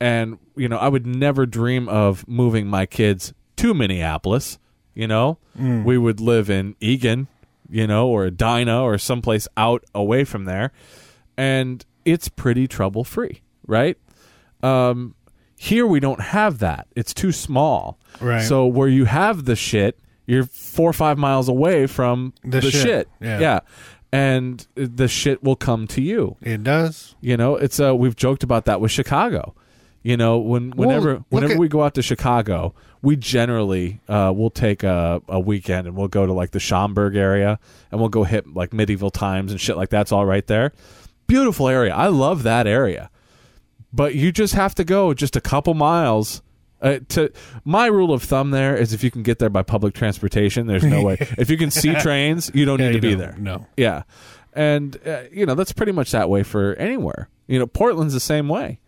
Speaker 6: and you know I would never dream of moving my kids to Minneapolis. You know,
Speaker 5: Mm.
Speaker 6: we would live in Eagan, you know, or Edina, or someplace out away from there, and it's pretty trouble free, right? Um, here we don't have that; it's too small.
Speaker 5: Right.
Speaker 6: So where you have the shit, you're four or five miles away from
Speaker 5: The
Speaker 6: the,
Speaker 5: shit.
Speaker 6: shit.
Speaker 5: Yeah.
Speaker 6: And the shit will come to you.
Speaker 5: It does.
Speaker 6: You know, it's uh we've joked about that with Chicago. You know, when
Speaker 5: Well,
Speaker 6: whenever
Speaker 5: look
Speaker 6: whenever
Speaker 5: at-
Speaker 6: we go out to Chicago, we generally uh we'll take a, a weekend and we'll go to like the Schaumburg area and we'll go hit like medieval times and shit like that's all right there. Beautiful area. I love that area but you just have to go just a couple miles. Uh, to my rule of thumb, there is if you can get there by public transportation, there's no
Speaker 5: (laughs)
Speaker 6: way. If you can see trains, you don't
Speaker 5: Yeah,
Speaker 6: need
Speaker 5: you
Speaker 6: to be
Speaker 5: don't.
Speaker 6: there.
Speaker 5: No.
Speaker 6: Yeah, and uh, you know that's pretty much that way for anywhere. You know, Portland's the same way.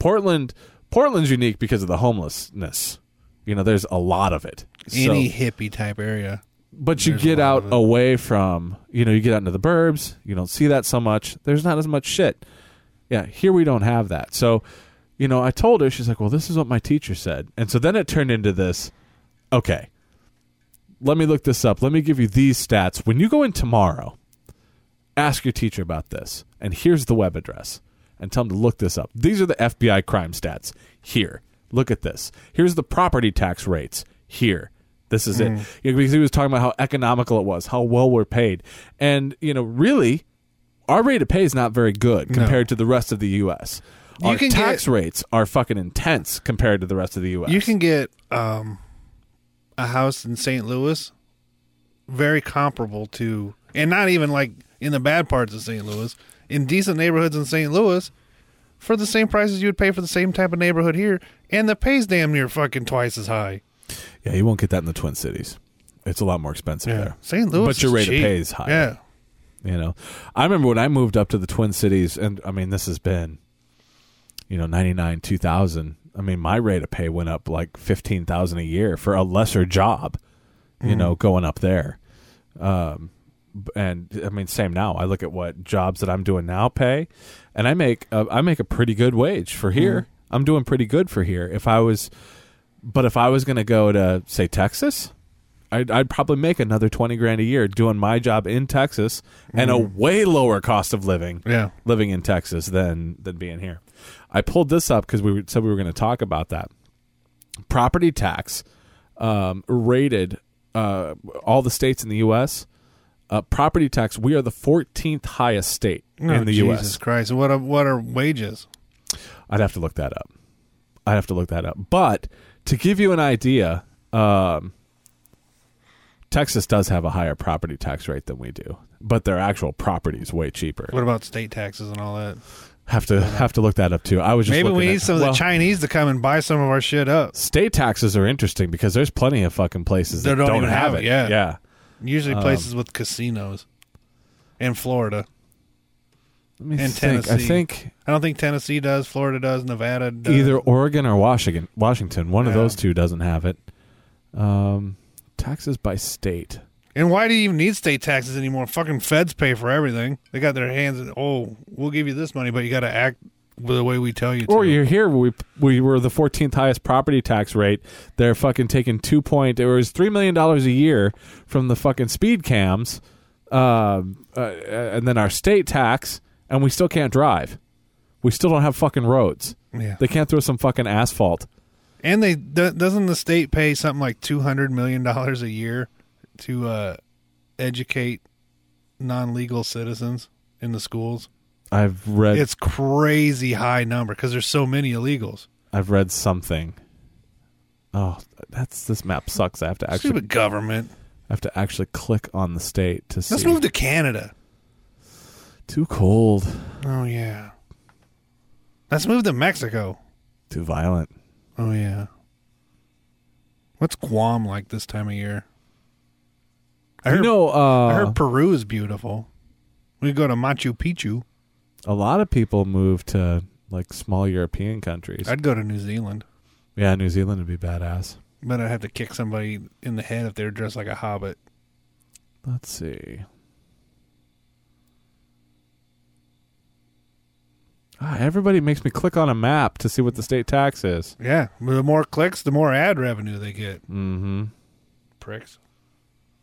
Speaker 6: Portland, Portland's unique because of the homelessness. You know, there's a lot of it. So-
Speaker 5: Any hippie type area.
Speaker 6: but you get out away from you know you get out into the burbs you don't see that so much there's not as much shit yeah here we don't have that so you know i told her she's like well this is what my teacher said and so then it turned into this okay let me look this up let me give you these stats when you go in tomorrow ask your teacher about this and here's the web address and tell them to look this up these are the fbi crime stats here look at this here's the property tax rates here this is
Speaker 5: Mm.
Speaker 6: it you know, because he was talking about how economical it was how well we're paid and you know really our rate of pay is not very good compared to the rest of the us
Speaker 5: You
Speaker 6: our
Speaker 5: can
Speaker 6: tax
Speaker 5: get-
Speaker 6: rates are fucking intense compared to the rest of the U.S.
Speaker 5: You can get um, a house in St. Louis very comparable to, and not even like in the bad parts of St. Louis, in decent neighborhoods in St. Louis for the same prices you would pay for the same type of neighborhood here, and the pay's damn near fucking twice as high.
Speaker 6: yeah, you won't get that in the Twin Cities. It's a lot more expensive there.
Speaker 5: St. Louis
Speaker 6: but your
Speaker 5: is
Speaker 6: rate
Speaker 5: cheap.
Speaker 6: of pay is high.
Speaker 5: Yeah.
Speaker 6: You know, I remember when I moved up to the Twin Cities, and I mean, this has been, you know, ninety nine two thousand. I mean, my rate of pay went up like fifteen thousand a year for a lesser job. You
Speaker 14: Mhm.
Speaker 6: know, going up there, um, b- and I mean, same now. I look at what jobs that I'm doing now pay, and I make a, I make a pretty good wage for here.
Speaker 14: Mhm.
Speaker 6: I'm doing pretty good for here. If I was, but if I was going to go to say Texas, I'd, I'd probably make another twenty grand a year doing my job in Texas and a
Speaker 5: Mhm.
Speaker 6: way lower cost of living.
Speaker 5: Yeah.
Speaker 6: living in Texas than than being here. I pulled this up because we were- said we were going to talk about that. Property tax um, rated uh, all the states in the U.S. Uh, property tax. We are the 14th highest state
Speaker 5: Oh,
Speaker 6: in the
Speaker 5: Jesus
Speaker 6: U.S.
Speaker 5: Christ. What are, what are wages?
Speaker 6: I'd have to look that up. I'd have to look that up. But to give you an idea, um, Texas does have a higher property tax rate than we do, but their actual property is way cheaper.
Speaker 5: What about state taxes and all that?
Speaker 6: Have to have to look that up too. I was just
Speaker 5: Maybe we
Speaker 6: looking at-
Speaker 5: need some of
Speaker 6: well,
Speaker 5: the Chinese to come and buy some of our shit up.
Speaker 6: state taxes are interesting because there's plenty of fucking places that don't,
Speaker 5: even
Speaker 6: have it.
Speaker 5: Yeah,
Speaker 6: yeah.
Speaker 5: Usually
Speaker 6: Um,
Speaker 5: places with casinos, in Florida,
Speaker 6: Let me
Speaker 5: and
Speaker 6: think.
Speaker 5: Tennessee.
Speaker 6: I think
Speaker 5: I don't think Tennessee does. Florida does. Nevada does.
Speaker 6: either Oregon or Washington. Washington, one of
Speaker 5: Yeah.
Speaker 6: those two doesn't have it. Um, taxes by state.
Speaker 5: And why do you even need state taxes anymore? Fucking feds pay for everything. They got their hands. In, oh, we'll give you this money, but you got to act the way we tell you to.
Speaker 6: Or you're here. We we were the 14th highest property tax rate. They're fucking taking two point. It was three million dollars a year from the fucking speed cams, um, uh, and then our state tax, and we still can't drive. We still don't have fucking roads.
Speaker 5: Yeah.
Speaker 6: They can't throw some fucking asphalt.
Speaker 5: And they do- doesn't the state pay something like two hundred million dollars a year to uh, educate non-legal citizens in the schools?
Speaker 6: I've read.
Speaker 5: It's crazy high number because there's so many illegals.
Speaker 6: I've read something. Oh, that's this map sucks. I have to actually
Speaker 5: Stupid government.
Speaker 6: I have to actually click on the state to see.
Speaker 5: Let's move to Canada.
Speaker 6: Too cold.
Speaker 5: Oh yeah. Let's move to Mexico.
Speaker 6: Too violent.
Speaker 5: Oh yeah. What's Guam like this time of year? I
Speaker 6: You
Speaker 5: heard,
Speaker 6: know, uh,
Speaker 5: I heard Peru is beautiful. We go to Machu Picchu.
Speaker 6: A lot of people move to like small European countries.
Speaker 5: I'd go to New Zealand,
Speaker 6: yeah, New Zealand would be badass.
Speaker 5: but I'd have to kick somebody in the head if they were dressed like a hobbit.
Speaker 6: Let's see. Ah, everybody makes me click on a map to see what the state tax is.
Speaker 5: Yeah, the more clicks, the more ad revenue they get.
Speaker 6: Mm-hmm.
Speaker 5: Pricks.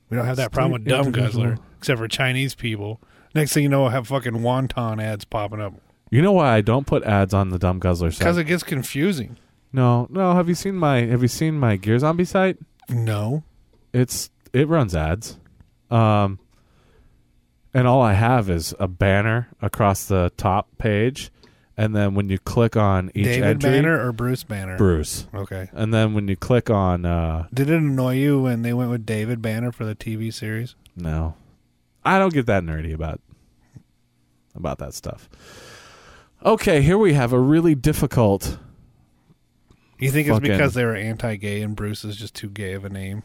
Speaker 5: We don't have that problem with dumb guzzler, except for Chinese people. Next thing you know, we'll have fucking wonton ads popping up
Speaker 6: You know why I don't put ads on the dumb guzzler site?
Speaker 5: because it gets confusing.
Speaker 6: No, no. Have you seen my Have you seen my Gear Zombie site?
Speaker 5: No.
Speaker 6: It's it runs ads, um, and all I have is a banner across the top page, and then when you click on each
Speaker 5: David
Speaker 6: entry,
Speaker 5: Banner or Bruce Banner?
Speaker 6: Bruce.
Speaker 5: Okay.
Speaker 6: And then when you click on uh,
Speaker 5: Did it annoy you when they went with David Banner for the TV series?
Speaker 6: no, I don't get that nerdy about about that stuff. Okay, here we have a really difficult.
Speaker 5: You think it's
Speaker 6: Fucking-
Speaker 5: because they were anti-gay and Bruce is just too gay of a name?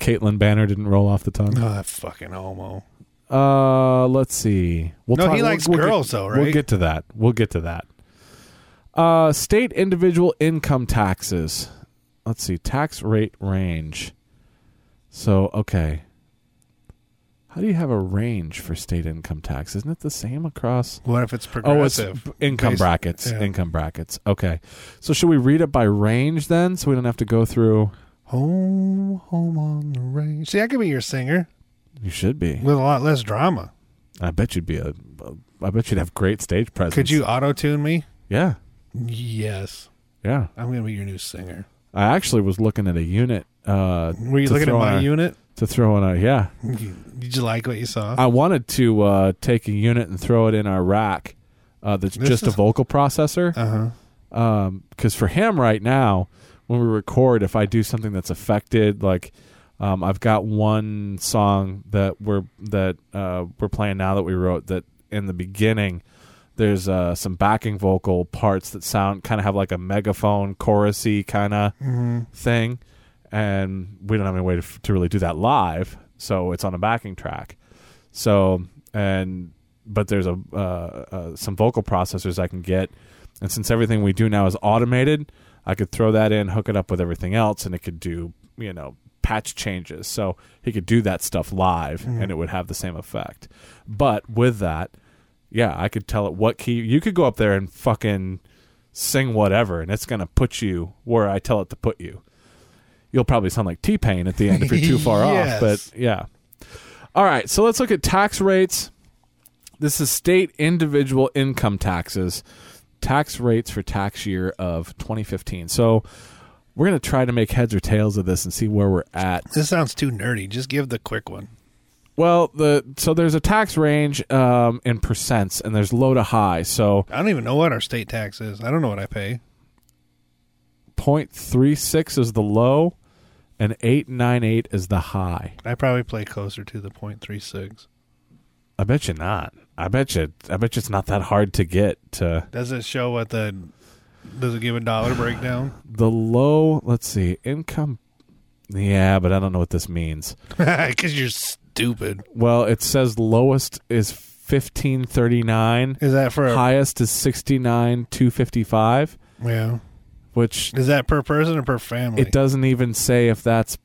Speaker 6: Caitlyn Banner didn't roll off the tongue.
Speaker 5: Oh, that fucking homo.
Speaker 6: Uh, let's see. We'll
Speaker 5: No,
Speaker 6: talk-
Speaker 5: he likes
Speaker 6: we'll, we'll
Speaker 5: girls,
Speaker 6: get,
Speaker 5: though,
Speaker 6: We'll
Speaker 5: right?
Speaker 6: get to that. We'll get to that. Uh, state individual income taxes. Let's see. Tax rate range. So, okay. How do you have a range for state income tax? Isn't it the same across?
Speaker 5: What if it's
Speaker 6: Oh, it's
Speaker 5: progressive?
Speaker 6: b- income
Speaker 5: Based-
Speaker 6: brackets.
Speaker 5: yeah.
Speaker 6: Income brackets. Okay. So, should we read it by range then, so we don't have to go through?
Speaker 5: Home, home on the range. See, I could be your singer
Speaker 6: You should be.
Speaker 5: with a lot less drama.
Speaker 6: I bet you'd be a. I bet you'd have great stage presence.
Speaker 5: Could you auto-tune me?
Speaker 6: Yeah.
Speaker 5: Yes.
Speaker 6: Yeah.
Speaker 5: I'm gonna be your new singer.
Speaker 6: I actually was looking at a unit. Uh,
Speaker 5: Were you
Speaker 6: to
Speaker 5: looking at
Speaker 6: throw in
Speaker 5: my
Speaker 6: our-
Speaker 5: unit? (laughs)
Speaker 6: To throw in our, yeah.
Speaker 5: Did you like what you saw?
Speaker 6: I wanted to uh, take a unit and throw it in our rack uh, that's
Speaker 5: This
Speaker 6: just a
Speaker 5: is-
Speaker 6: vocal processor.
Speaker 5: Uh-huh.
Speaker 6: Because Um, for him right now, when we record, if I do something that's affected, like um, I've got one song that we're that uh, we're playing now that we wrote that in the beginning. There's uh, some backing vocal parts that sound kind of have like a megaphone chorusy kind of
Speaker 5: Mhm.
Speaker 6: thing, and we don't have any way to, f- to really do that live, so it's on a backing track. So and but there's a uh, uh, some vocal processors I can get, and since everything we do now is automated, I could throw that in, hook it up with everything else, and it could do you know patch changes. So he could do that stuff live,
Speaker 5: Mhm.
Speaker 6: and it would have the same effect. But with that, yeah, I could tell it what key. You could go up there and fucking sing whatever, and it's gonna put you where I tell it to put you. You'll probably sound like T Pain at the end if you're too far off,
Speaker 5: Yes.
Speaker 6: but yeah. All right, so let's look at tax rates. This is state individual income taxes, tax rates for tax year of 2015. So we're gonna try to make heads or tails of this and see where we're at.
Speaker 5: This sounds too nerdy. Just give the quick one.
Speaker 6: Well, the so there's a tax range um, in percents, and there's low to high. So
Speaker 5: I don't even know what our state tax is. I don't know what I pay.
Speaker 6: 0.36 is the low, and 898 is the high.
Speaker 5: I probably play closer to the point three six.
Speaker 6: I bet you not. I bet you. I bet you it's not that hard to get to
Speaker 5: Does it show what the? Does it give a dollar breakdown? (laughs)
Speaker 6: the low. Let's see, income. Yeah, but I don't know what this means.
Speaker 5: Because you're stupid.
Speaker 6: Well, it says lowest is fifteen thirty nine.
Speaker 5: Is that for a-
Speaker 6: highest is sixty nine two fifty five?
Speaker 5: Yeah.
Speaker 6: Which
Speaker 5: Is that per person or per family?
Speaker 6: it doesn't even say if that's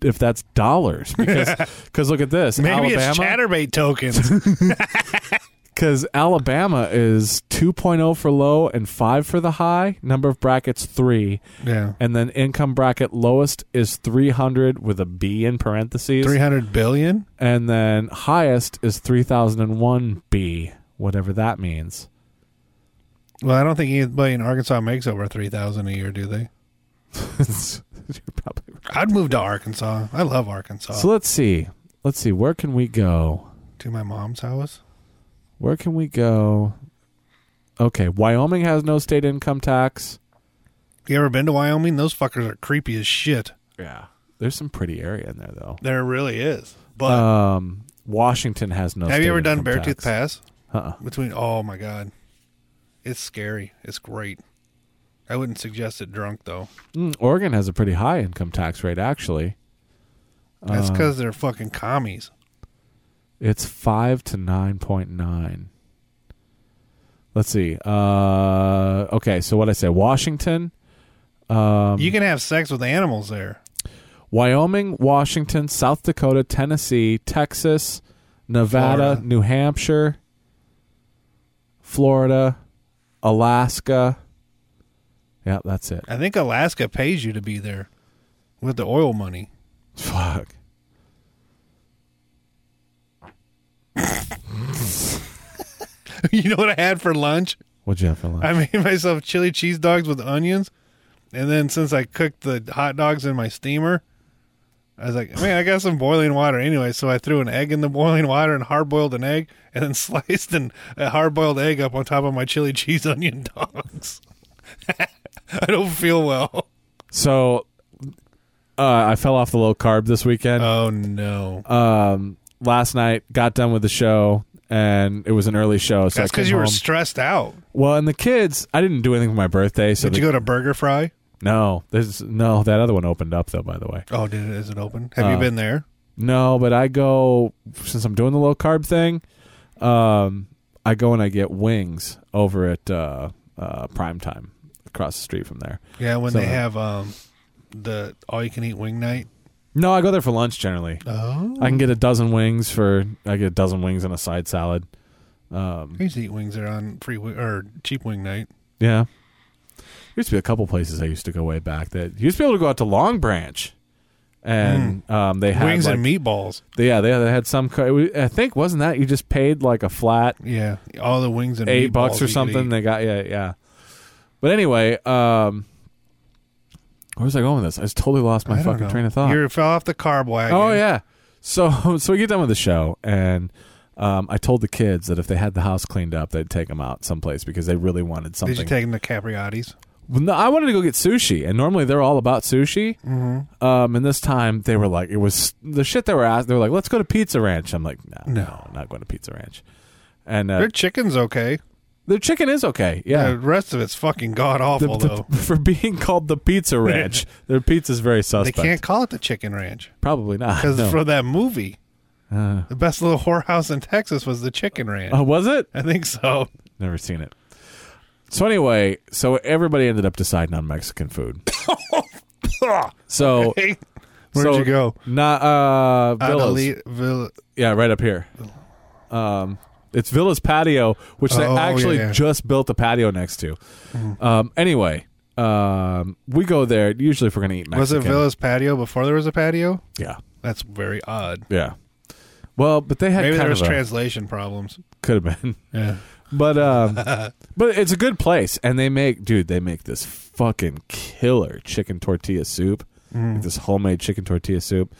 Speaker 6: if that's dollars (laughs) because cause look at this
Speaker 5: Maybe it's
Speaker 6: Alabama
Speaker 5: chatterbait tokens.
Speaker 6: because Alabama is 2.0 for low and 5 for the high number of brackets 3
Speaker 5: (laughs) Yeah.
Speaker 6: and then income bracket lowest is 300 with a b in parentheses
Speaker 5: Three hundred billion.
Speaker 6: and then highest is 3001 b whatever that means (laughs)
Speaker 5: Well, I don't think anybody in Arkansas makes over three thousand a year, do they? I'd move to Arkansas. I love Arkansas.
Speaker 6: so let's see let's see where can we go
Speaker 5: to my mom's house.
Speaker 6: Where can we go? Okay, Wyoming has no state income tax.
Speaker 5: You ever been to Wyoming? Those fuckers are creepy as shit.
Speaker 6: Yeah. There's some pretty area in there though.
Speaker 5: There really is.
Speaker 6: um, Washington has no.
Speaker 5: Have you
Speaker 6: state
Speaker 5: ever done
Speaker 6: income tax.
Speaker 5: Beartooth Pass?
Speaker 6: Uh-uh.
Speaker 5: Between oh my god, it's scary. It's great. I wouldn't suggest it drunk though.
Speaker 6: Mm, Oregon has a pretty high income tax rate actually.
Speaker 5: That's
Speaker 6: Uh,
Speaker 5: because they're fucking commies.
Speaker 6: It's five to nine point nine. Let's see. Uh, okay, so what I say? Washington, um,
Speaker 5: you can have sex with animals there.
Speaker 6: Wyoming, Washington, South Dakota, Tennessee, Texas, Nevada,
Speaker 5: Florida.
Speaker 6: New Hampshire, Florida, Alaska. Yeah, that's it.
Speaker 5: I think Alaska pays you to be there with the oil money. (laughs)
Speaker 6: Fuck.
Speaker 5: you know what I had for lunch?
Speaker 6: What'd you have for lunch?
Speaker 5: I made (laughs) myself chili cheese dogs with onions, and then since I cooked the hot dogs in my steamer, I was like, man, I got some boiling water anyway. So I threw an egg in the (laughs) boiling water and hard boiled an egg, and then (laughs) sliced an, a hard boiled egg up on top of my chili cheese (laughs) onion dogs. (laughs) I don't feel
Speaker 6: (laughs)
Speaker 5: well.
Speaker 6: So, uh, I fell off the low carb this weekend.
Speaker 5: Oh no!
Speaker 6: Um, last night got done with the show, and it was an early show. So because
Speaker 5: That's because you were stressed out.
Speaker 6: well, and the kids. I didn't do anything for my birthday. So
Speaker 5: Did
Speaker 6: the-
Speaker 5: you go to Burger Fry?
Speaker 6: No, there's no that other one opened up though. By the way.
Speaker 5: Oh, did it? Is it open? Have you
Speaker 6: Uh,
Speaker 5: been there?
Speaker 6: No, but I go since I'm doing the low carb thing. Um, I go and I get wings over at uh, uh, Prime Time across the street from there.
Speaker 5: Yeah, when
Speaker 6: So-
Speaker 5: they have um the all you can eat wing night.
Speaker 6: No, I go there for lunch generally.
Speaker 5: Oh.
Speaker 6: I can get a dozen wings for I get a dozen wings and a side salad. Um,
Speaker 5: I used to eat wings there on free wi- or cheap wing night.
Speaker 6: yeah. There used to be a couple places I used to go way back that you used to be able to go out to Long Branch, and um, they had
Speaker 5: Hmm. wings
Speaker 6: like,
Speaker 5: and meatballs.
Speaker 6: They, yeah, they, they had some. co- I think wasn't that you just paid like a flat
Speaker 5: Yeah, all the wings and
Speaker 6: eight
Speaker 5: meatballs
Speaker 6: bucks
Speaker 5: you
Speaker 6: or
Speaker 5: could
Speaker 6: something.
Speaker 5: eat.
Speaker 6: They got yeah, yeah. But anyway, um, where was I going with this? I just totally lost my
Speaker 5: I don't
Speaker 6: fucking
Speaker 5: know.
Speaker 6: train of thought.
Speaker 5: You fell off the carb
Speaker 6: (laughs)
Speaker 5: wagon.
Speaker 6: oh yeah. So so we get done with the show and Um, I told the kids that if they had the house cleaned up, they'd take them out someplace because they really wanted something.
Speaker 5: Did you take him to Capriotti's?
Speaker 6: Well, no, I wanted to go get sushi, and normally they're all about sushi. Mm-hmm. Um, and this time they were like, it was the shit they were asked. They were like, let's go to Pizza Ranch. I'm like, no, no, not going to Pizza Ranch. And uh,
Speaker 5: Their chicken's okay.
Speaker 6: Their chicken is okay. Yeah.
Speaker 5: The rest of it's fucking god
Speaker 6: (laughs)
Speaker 5: awful
Speaker 6: the- (laughs)
Speaker 5: though.
Speaker 6: for being called the Pizza Ranch, their pizza's very
Speaker 5: They
Speaker 6: suspect.
Speaker 5: can't call it the chicken ranch
Speaker 6: Probably not.
Speaker 5: because
Speaker 6: no.
Speaker 5: for that movie,
Speaker 6: Uh,
Speaker 5: the best little whorehouse in Texas was the chicken ranch.
Speaker 6: oh, was it?
Speaker 5: I think so. (laughs)
Speaker 6: Never seen it. So anyway, so everybody ended up deciding on Mexican food.
Speaker 5: (laughs)
Speaker 6: so
Speaker 5: Hey, Where'd
Speaker 6: so-
Speaker 5: you go?
Speaker 6: Not uh, Villas.
Speaker 5: Adeli- Vill-
Speaker 6: Yeah, right up here. Um, it's Villa's patio, which they
Speaker 5: Oh,
Speaker 6: actually
Speaker 5: yeah, yeah.
Speaker 6: just built a patio next to. Um, anyway, um, we go there usually if we're gonna eat. Mexican.
Speaker 5: Was it Villa's patio before there was a patio?
Speaker 6: Yeah,
Speaker 5: That's very odd.
Speaker 6: yeah. Well, but they had
Speaker 5: Maybe
Speaker 6: kind
Speaker 5: there was
Speaker 6: of a-
Speaker 5: translation problems.
Speaker 6: could have been. (laughs)
Speaker 5: Yeah.
Speaker 6: But
Speaker 5: (laughs)
Speaker 6: um, but it's a good place, and they make dude, they make this fucking killer chicken tortilla soup,
Speaker 5: Mm.
Speaker 6: like this homemade chicken tortilla soup.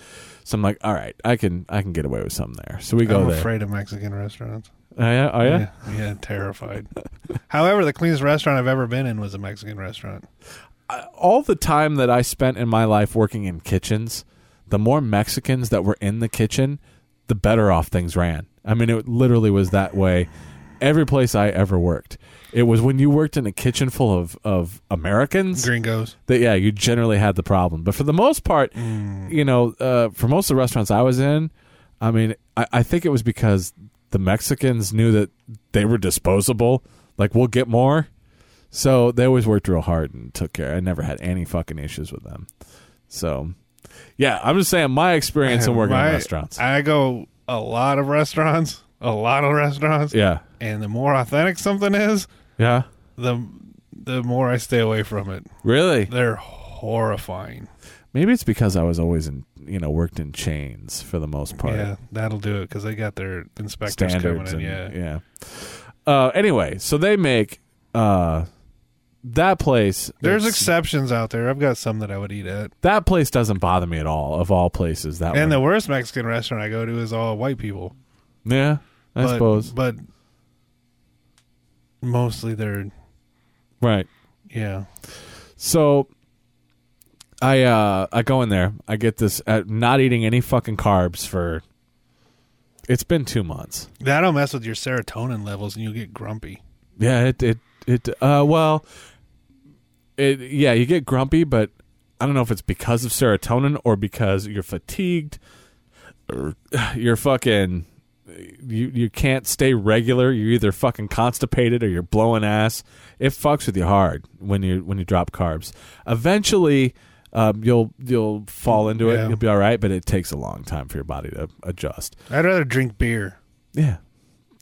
Speaker 6: So I'm like, all right, I can I can get away with something there. So we go
Speaker 5: I'm
Speaker 6: there.
Speaker 5: afraid of Mexican restaurants.
Speaker 6: Oh yeah, oh yeah.
Speaker 5: Yeah, yeah, terrified. (laughs) However, the cleanest restaurant I've ever been in was a Mexican restaurant.
Speaker 6: All the time that I spent in my life working in kitchens, the more Mexicans that were in the kitchen, the better off things ran. I mean, it literally was that way. Every place I ever worked, it was when you worked in a kitchen full of of Americans.
Speaker 5: Gringos.
Speaker 6: that yeah, you generally had the problem. But for the most part, you know, uh, for most of the restaurants I was in, I mean, I, I think it was because the Mexicans knew that they were disposable. Like we'll get more, so they always worked real hard and took care. I never had any fucking issues with them. So, yeah, I'm just saying my experience
Speaker 5: (laughs)
Speaker 6: in working
Speaker 5: My-
Speaker 6: in restaurants.
Speaker 5: I go a lot of restaurants, a lot of restaurants.
Speaker 6: Yeah.
Speaker 5: And the more authentic something is,
Speaker 6: yeah,
Speaker 5: the the more I stay away from it.
Speaker 6: really.
Speaker 5: They're horrifying.
Speaker 6: Maybe it's because I was always in, you know, worked in chains for the most part.
Speaker 5: Yeah, that'll do it because they got their inspectors
Speaker 6: standards
Speaker 5: coming in.
Speaker 6: and-
Speaker 5: yeah.
Speaker 6: Uh, anyway, so they make uh, that place.
Speaker 5: There's
Speaker 6: it's-
Speaker 5: exceptions out there. I've got some that I would eat at.
Speaker 6: that place doesn't bother me at all. Of all places, that
Speaker 5: and
Speaker 6: one.
Speaker 5: the worst Mexican restaurant I go to is all white people.
Speaker 6: yeah, I
Speaker 5: but,
Speaker 6: suppose
Speaker 5: But mostly they're
Speaker 6: right.
Speaker 5: yeah.
Speaker 6: So I uh I go in there. I get this uh, not eating any fucking carbs for. It's been two months.
Speaker 5: That'll mess with your serotonin levels and you'll get grumpy.
Speaker 6: Yeah, it it it uh well it yeah, you get grumpy, but I don't know if it's because of serotonin or because you're fatigued (sighs) or you're fucking you you can't stay regular. You're either fucking constipated or you're blowing ass. It fucks with you hard when you when you drop carbs. Eventually um, you'll you'll fall into it.
Speaker 5: Yeah.
Speaker 6: You'll be all right, but it takes a long time for your body to adjust.
Speaker 5: I'd rather drink beer.
Speaker 6: Yeah.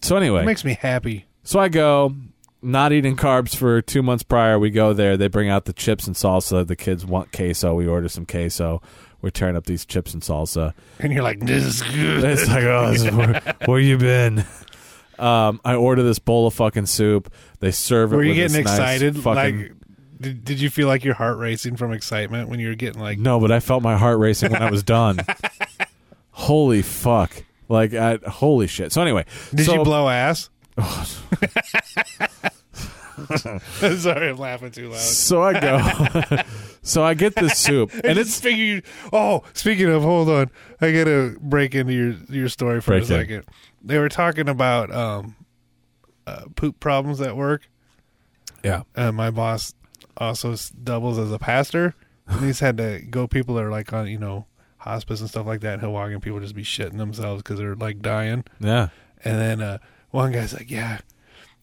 Speaker 6: So anyway,
Speaker 5: It makes me happy.
Speaker 6: so I go, not eating carbs for two months prior. We go there. They bring out the chips and salsa. The kids want queso. We order some queso. We're tearing up these chips and salsa. (laughs)
Speaker 5: And you're like, this is good.
Speaker 6: It's like, oh, this is where, where you been? Um, I order this bowl of fucking soup. They serve it.
Speaker 5: (laughs) Were you
Speaker 6: with
Speaker 5: getting
Speaker 6: this nice
Speaker 5: excited?
Speaker 6: fucking-
Speaker 5: like did, did you feel like your heart racing from excitement when you were getting like
Speaker 6: no, but I felt my heart racing when I was done.
Speaker 5: (laughs)
Speaker 6: holy fuck! Like, I, holy shit. So anyway,
Speaker 5: Did
Speaker 6: so-
Speaker 5: you
Speaker 6: (laughs)
Speaker 5: blow ass? (laughs) Sorry, I'm laughing too loud.
Speaker 6: So I
Speaker 5: (laughs)
Speaker 6: go. (laughs) so I get this soup,
Speaker 5: I
Speaker 6: and
Speaker 5: just
Speaker 6: it's
Speaker 5: figured. Oh, speaking of, hold on, I gotta break into your your story for
Speaker 6: Break
Speaker 5: a
Speaker 6: in.
Speaker 5: second. They were talking about um, uh, poop problems at work.
Speaker 6: yeah.
Speaker 5: Uh, my boss also s- doubles as a pastor, and he's had to go. People that are like on you know hospice and stuff like that. And he'll walk in, people just be shitting themselves because they're like dying.
Speaker 6: Yeah.
Speaker 5: And then uh, one guy's like, "Yeah,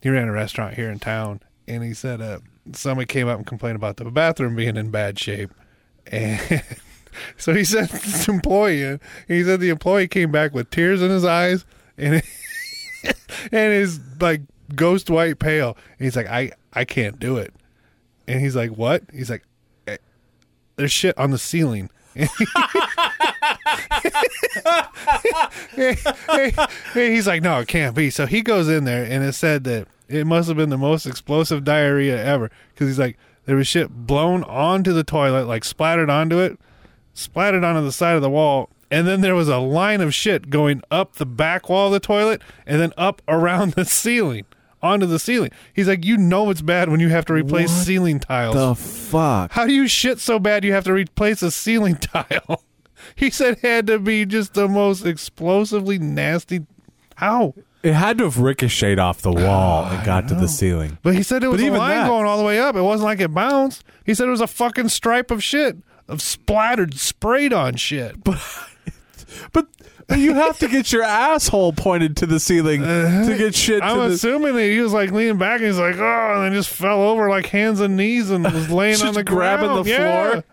Speaker 5: he ran a restaurant here in town," and he said, uh, "Somebody came up and complained about the bathroom being in bad shape," and (laughs) so he sent (laughs) this employee. In, he said the employee came back with tears in his eyes and (laughs) and his like ghost white pale. And he's like, "I I can't do it," and he's like, "What?" He's like, "Eh, "There's shit on the ceiling." (laughs) And he's like, no, it can't be. So he goes in there, and it said that it must have been the most explosive diarrhea ever because he's like, there was shit blown onto the toilet, like splattered onto it, splattered onto the side of the wall, and then there was a line of shit going up the back wall of the toilet and then up around the (laughs) ceiling onto the ceiling. He's like, you know it's bad when you have to replace
Speaker 6: What
Speaker 5: ceiling tiles.
Speaker 6: The fuck.
Speaker 5: How do you shit so bad you have to replace a ceiling (laughs) tile? He said it had to be just the most explosively nasty. How?
Speaker 6: It had to have ricocheted off the wall and got to the ceiling.
Speaker 5: But he said it was a
Speaker 6: even
Speaker 5: line
Speaker 6: that-
Speaker 5: going all the way up. It wasn't like it bounced. He said it was a fucking stripe of shit of splattered, sprayed on shit. But
Speaker 6: But you have to get your asshole pointed to the ceiling to get shit.
Speaker 5: I'm
Speaker 6: to the-
Speaker 5: assuming that he was like leaning back and he's like, oh, and then just fell over like hands and knees
Speaker 6: (laughs)
Speaker 5: and was laying on
Speaker 6: Just
Speaker 5: the
Speaker 6: grabbing
Speaker 5: ground.
Speaker 6: the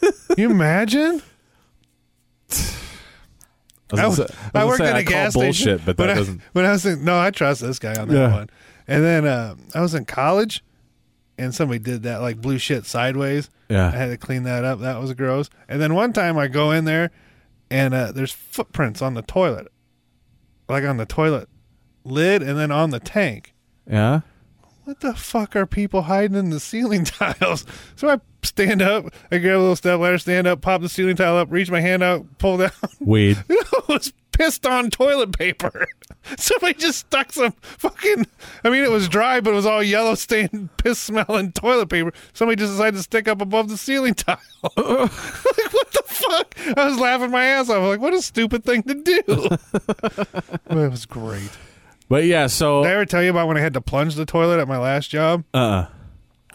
Speaker 5: Yeah. (laughs) you imagine?
Speaker 6: I was gonna say- I was gonna say I call bullshit, but that
Speaker 5: I,
Speaker 6: doesn't-
Speaker 5: But I was thinking, no, I trust this guy on that
Speaker 6: Yeah.
Speaker 5: one. And then uh, I was in college, and somebody did that, like blew shit sideways.
Speaker 6: Yeah.
Speaker 5: I had to clean that up. That was gross. And then one time I go in there, and uh, there's footprints on the toilet, like on the toilet lid, and then on the tank
Speaker 6: yeah.
Speaker 5: what the fuck are people hiding in the ceiling (laughs) tiles? So I stand up, I grab a little step ladder, stand up, pop the ceiling tile up, reach my hand out, pull down.
Speaker 6: Weed.
Speaker 5: (laughs) it was pissed on toilet paper. (laughs) Somebody just stuck some fucking. I mean, it was dry, but it was all yellow stained, (laughs) piss smelling toilet paper. Somebody just decided to stick up above the ceiling (laughs) tile. like what the fuck? I was laughing my ass off. Like what a stupid thing to do. (laughs) it was great.
Speaker 6: But yeah, so
Speaker 5: Did I ever tell you about when I had to plunge the toilet at my last job?
Speaker 6: uh,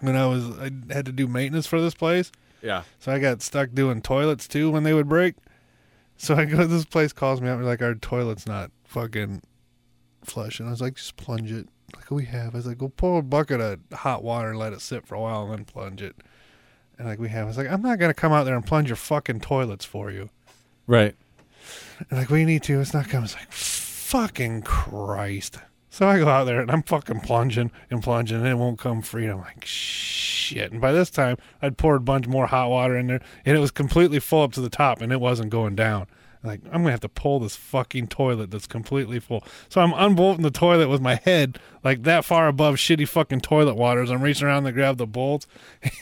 Speaker 5: when I was I had to do maintenance for this place.
Speaker 6: Yeah.
Speaker 5: So I got stuck doing toilets too when they would break. So I go this place calls me up and like our toilet's not fucking flush and I was like, just plunge it. Like we have. I was like, go pour a bucket of hot water and let it sit for a while and then plunge it. And like we have. I was like, I'm not gonna come out there and plunge your fucking toilets for you.
Speaker 6: right.
Speaker 5: And like we need to, it's not coming. It's like fucking Christ. So I go out there and I'm fucking plunging and plunging and it won't come free. And I'm like, shit. And by this time, I'd poured a bunch more hot water in there and it was completely full up to the top and it wasn't going down. I'm Like, I'm going to have to pull this fucking toilet that's completely full. So I'm unbolting the toilet with my head like that far above shitty fucking toilet water as I'm reaching around to grab the bolts. (laughs)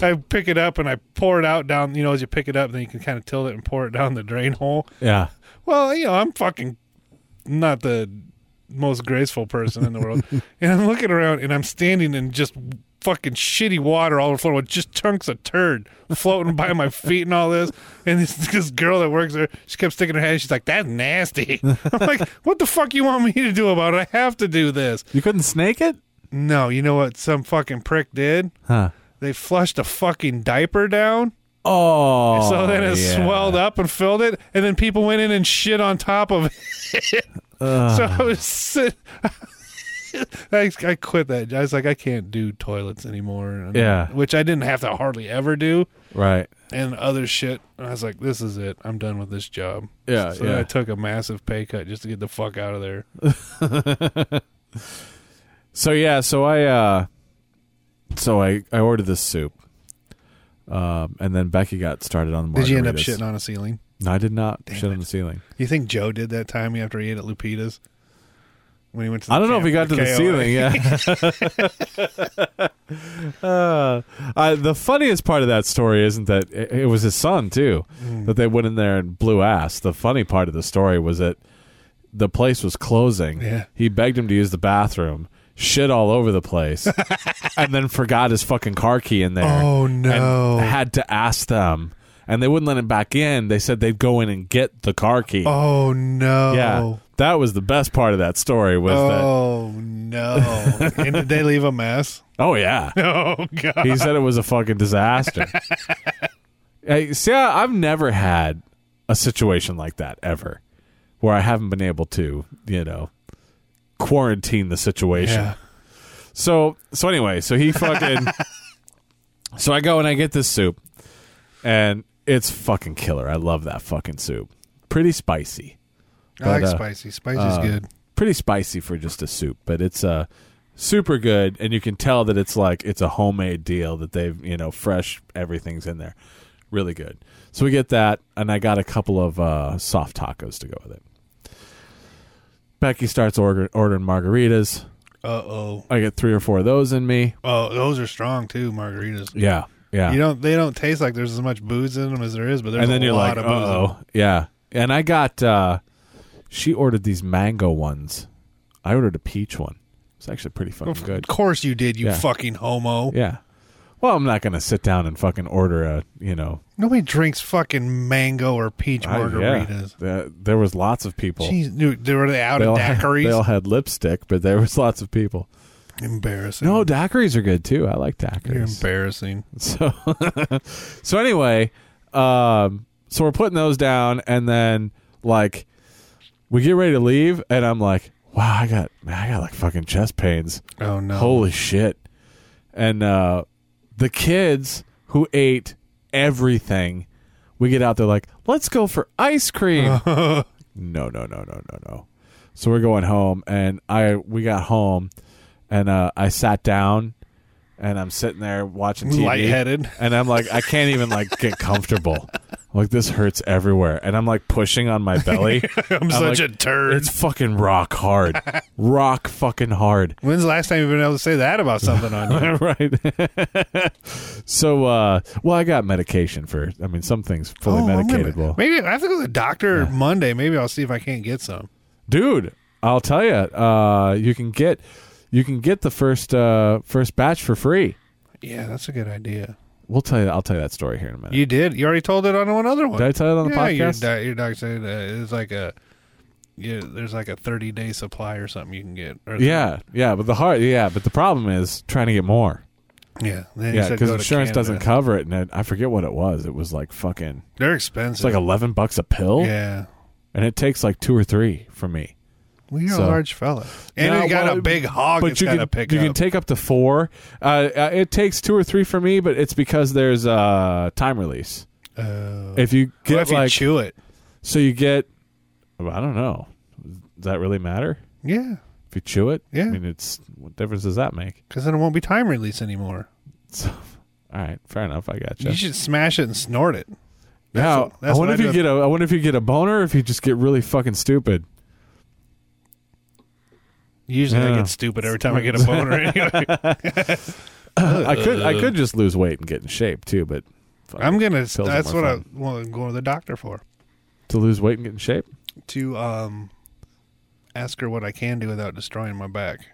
Speaker 5: I pick it up and I pour it out down, you know, as you pick it up, then you can kind of tilt it and pour it down the drain hole.
Speaker 6: Yeah.
Speaker 5: Well, you know, I'm fucking not the most graceful person in the world. and I'm looking around and I'm standing in just fucking shitty water all over the floor with just chunks of turd floating by my feet and all this. And this, this girl that works there, she kept sticking her head. She's like, that's nasty. I'm like, what the fuck you want me to do about it? I have to do this.
Speaker 6: You couldn't snake it?
Speaker 5: No, you know what some fucking prick did?
Speaker 6: Huh.
Speaker 5: They flushed a fucking diaper down.
Speaker 6: Oh.
Speaker 5: so then it
Speaker 6: yeah.
Speaker 5: swelled up and filled it, and then people went in and shit on top of it. (laughs)
Speaker 6: Ugh.
Speaker 5: so I was sit- (laughs) I, I quit that. I was like, I can't do toilets anymore. And-
Speaker 6: Yeah.
Speaker 5: Which I didn't have to hardly ever do,
Speaker 6: Right.
Speaker 5: and other shit. And I was like, this is it. I'm done with this job.
Speaker 6: Yeah,
Speaker 5: So then
Speaker 6: yeah.
Speaker 5: I took a massive pay cut just to get the fuck out of there.
Speaker 6: So yeah, so I uh so I I ordered this soup. Um and then Becky got started on the
Speaker 5: Did you end up
Speaker 6: margaritas.
Speaker 5: shitting on a ceiling?
Speaker 6: No, I did not shit on the ceiling.
Speaker 5: You think Joe did that time after he ate at Lupita's? When he went to the
Speaker 6: I don't know if
Speaker 5: camp-
Speaker 6: he got to the
Speaker 5: KOA?
Speaker 6: ceiling. Yeah. (laughs) uh, I, the funniest part of that story isn't that it, it was his son too
Speaker 5: Mm.
Speaker 6: that they went in there and blew ass. The funny part of the story was that the place was closing.
Speaker 5: Yeah.
Speaker 6: He begged him to use the bathroom. Shit all over the
Speaker 5: (laughs)
Speaker 6: place, and then forgot his fucking car key in there.
Speaker 5: Oh, no.
Speaker 6: And had to ask them, and they wouldn't let him back in. They said they'd go in and get the car key.
Speaker 5: Oh no!
Speaker 6: Yeah, that was the best part of that story was that
Speaker 5: oh no! and did they leave a mess? (laughs)
Speaker 6: Oh yeah.
Speaker 5: Oh god!
Speaker 6: He said it was a fucking disaster. hey, see, I- I've never had a situation like that ever, where I haven't been able to, you know, quarantine the situation.
Speaker 5: Yeah.
Speaker 6: So, so anyway, so he fucking. so I go and I get this soup, and it's fucking killer. I love that fucking soup. Pretty spicy.
Speaker 5: I
Speaker 6: uh,
Speaker 5: like spicy. Spicy's good.
Speaker 6: Pretty spicy for just a soup, but it's uh super good, and you can tell that it's like it's a homemade deal that they've you know fresh everything's in there. Really good. So we get that, and I got a couple of uh, soft tacos to go with it. Becky starts order- ordering margaritas.
Speaker 5: Uh oh.
Speaker 6: I get three or four of those in me.
Speaker 5: Oh, those are strong too, margaritas.
Speaker 6: Yeah. Yeah.
Speaker 5: You don't. They don't taste like there's as much booze in them as there is, but there's
Speaker 6: and then
Speaker 5: a
Speaker 6: you're
Speaker 5: lot
Speaker 6: like,
Speaker 5: of booze. in them.
Speaker 6: oh, yeah. And I got, uh, she ordered these mango ones. I ordered a peach one. It's actually pretty fucking
Speaker 5: Of
Speaker 6: good.
Speaker 5: course you did, you
Speaker 6: Yeah.
Speaker 5: fucking homo.
Speaker 6: Yeah. Well, I'm not going to sit down and fucking order a, you know,
Speaker 5: Nobody drinks fucking mango or peach
Speaker 6: I- yeah.
Speaker 5: margaritas.
Speaker 6: There- there was lots of people.
Speaker 5: Jeez, dude, they were they out
Speaker 6: they
Speaker 5: of
Speaker 6: all (laughs) had-
Speaker 5: daiquiris?
Speaker 6: they all had lipstick, but there was lots of people.
Speaker 5: Embarrassing.
Speaker 6: No, daiquiris are good too. I like daiquiris.
Speaker 5: Mm. You're embarrassing.
Speaker 6: So, (laughs) so anyway, um, so we're putting those down, and then like we get ready to leave, and I'm like, wow, I got man, I got like fucking chest pains.
Speaker 5: Oh, no.
Speaker 6: Holy shit! And uh, the kids who ate everything, we get out there like, let's go for ice cream.
Speaker 5: (laughs)
Speaker 6: no, no, no, no, no, no. So we're going home, and I we got home, and uh, I sat down, and I'm sitting there watching TV,
Speaker 5: Lightheaded.
Speaker 6: and I'm like, I can't even like get comfortable. Like this hurts everywhere, and I'm like pushing on my
Speaker 5: (laughs)
Speaker 6: belly.
Speaker 5: (laughs) I'm such a turd.
Speaker 6: It's fucking rock hard, rock fucking hard.
Speaker 5: When's the last time you've been able to say
Speaker 6: (laughs)
Speaker 5: that about something on you?
Speaker 6: right. (laughs) so, uh, well, I got medication for. I mean, some things fully
Speaker 5: Oh, I'm gonna-
Speaker 6: medicated. Well,
Speaker 5: Maybe I have to go to the doctor Monday. Maybe I'll see if I can't get some.
Speaker 6: dude i'll tell you uh you can get you can get the first uh first batch for free
Speaker 5: Yeah, that's a good idea.
Speaker 6: we'll tell you i'll tell you that story here in a minute
Speaker 5: You did. You already told it on one other one.
Speaker 6: Did I tell it on the
Speaker 5: yeah, Your,
Speaker 6: podcast?
Speaker 5: doc- your doctor said uh, it's like a yeah, there's like a 30 day supply or something you can get. Or
Speaker 6: yeah yeah but the hard yeah but the problem is trying to get more
Speaker 5: Yeah, then you
Speaker 6: yeah
Speaker 5: said
Speaker 6: because
Speaker 5: go to
Speaker 6: insurance
Speaker 5: Canada.
Speaker 6: doesn't cover it and it, i forget what it was it was like fucking
Speaker 5: They're
Speaker 6: it's
Speaker 5: expensive.
Speaker 6: like 11 bucks a pill
Speaker 5: Yeah.
Speaker 6: and it takes like two or three from me
Speaker 5: Well, you're
Speaker 6: So-
Speaker 5: a large fella, and
Speaker 6: No,
Speaker 5: you got
Speaker 6: well,
Speaker 5: a big hog.
Speaker 6: But
Speaker 5: it's
Speaker 6: you
Speaker 5: gotta
Speaker 6: can
Speaker 5: pick
Speaker 6: you
Speaker 5: up.
Speaker 6: can take up to four. Uh, uh, it takes two or three for me, but it's because there's uh, time release. if you get
Speaker 5: Uh, if you
Speaker 6: like
Speaker 5: chew it,
Speaker 6: so you get. I don't know. Does that really matter?
Speaker 5: Yeah.
Speaker 6: If you chew it,
Speaker 5: Yeah.
Speaker 6: I mean, it's what difference does that make?
Speaker 5: because then it won't be time release anymore.
Speaker 6: All right, fair enough. I got
Speaker 5: You should smash it and snort it.
Speaker 6: Now,
Speaker 5: what- that's
Speaker 6: I wonder if
Speaker 5: what I
Speaker 6: you
Speaker 5: do.
Speaker 6: get a. I wonder if you get a boner, or if you just get really fucking stupid.
Speaker 5: Usually,
Speaker 6: Yeah.
Speaker 5: I get stupid every time I get a boner. anyway.
Speaker 6: I could. I could just lose weight and get in shape too, but fuck
Speaker 5: (laughs) I'm
Speaker 6: it.
Speaker 5: gonna.
Speaker 6: Pills are
Speaker 5: That's
Speaker 6: more
Speaker 5: what I
Speaker 6: fun.
Speaker 5: want to go to the doctor for.
Speaker 6: to lose weight and get in shape.
Speaker 5: To um, ask her what I can do without destroying my back.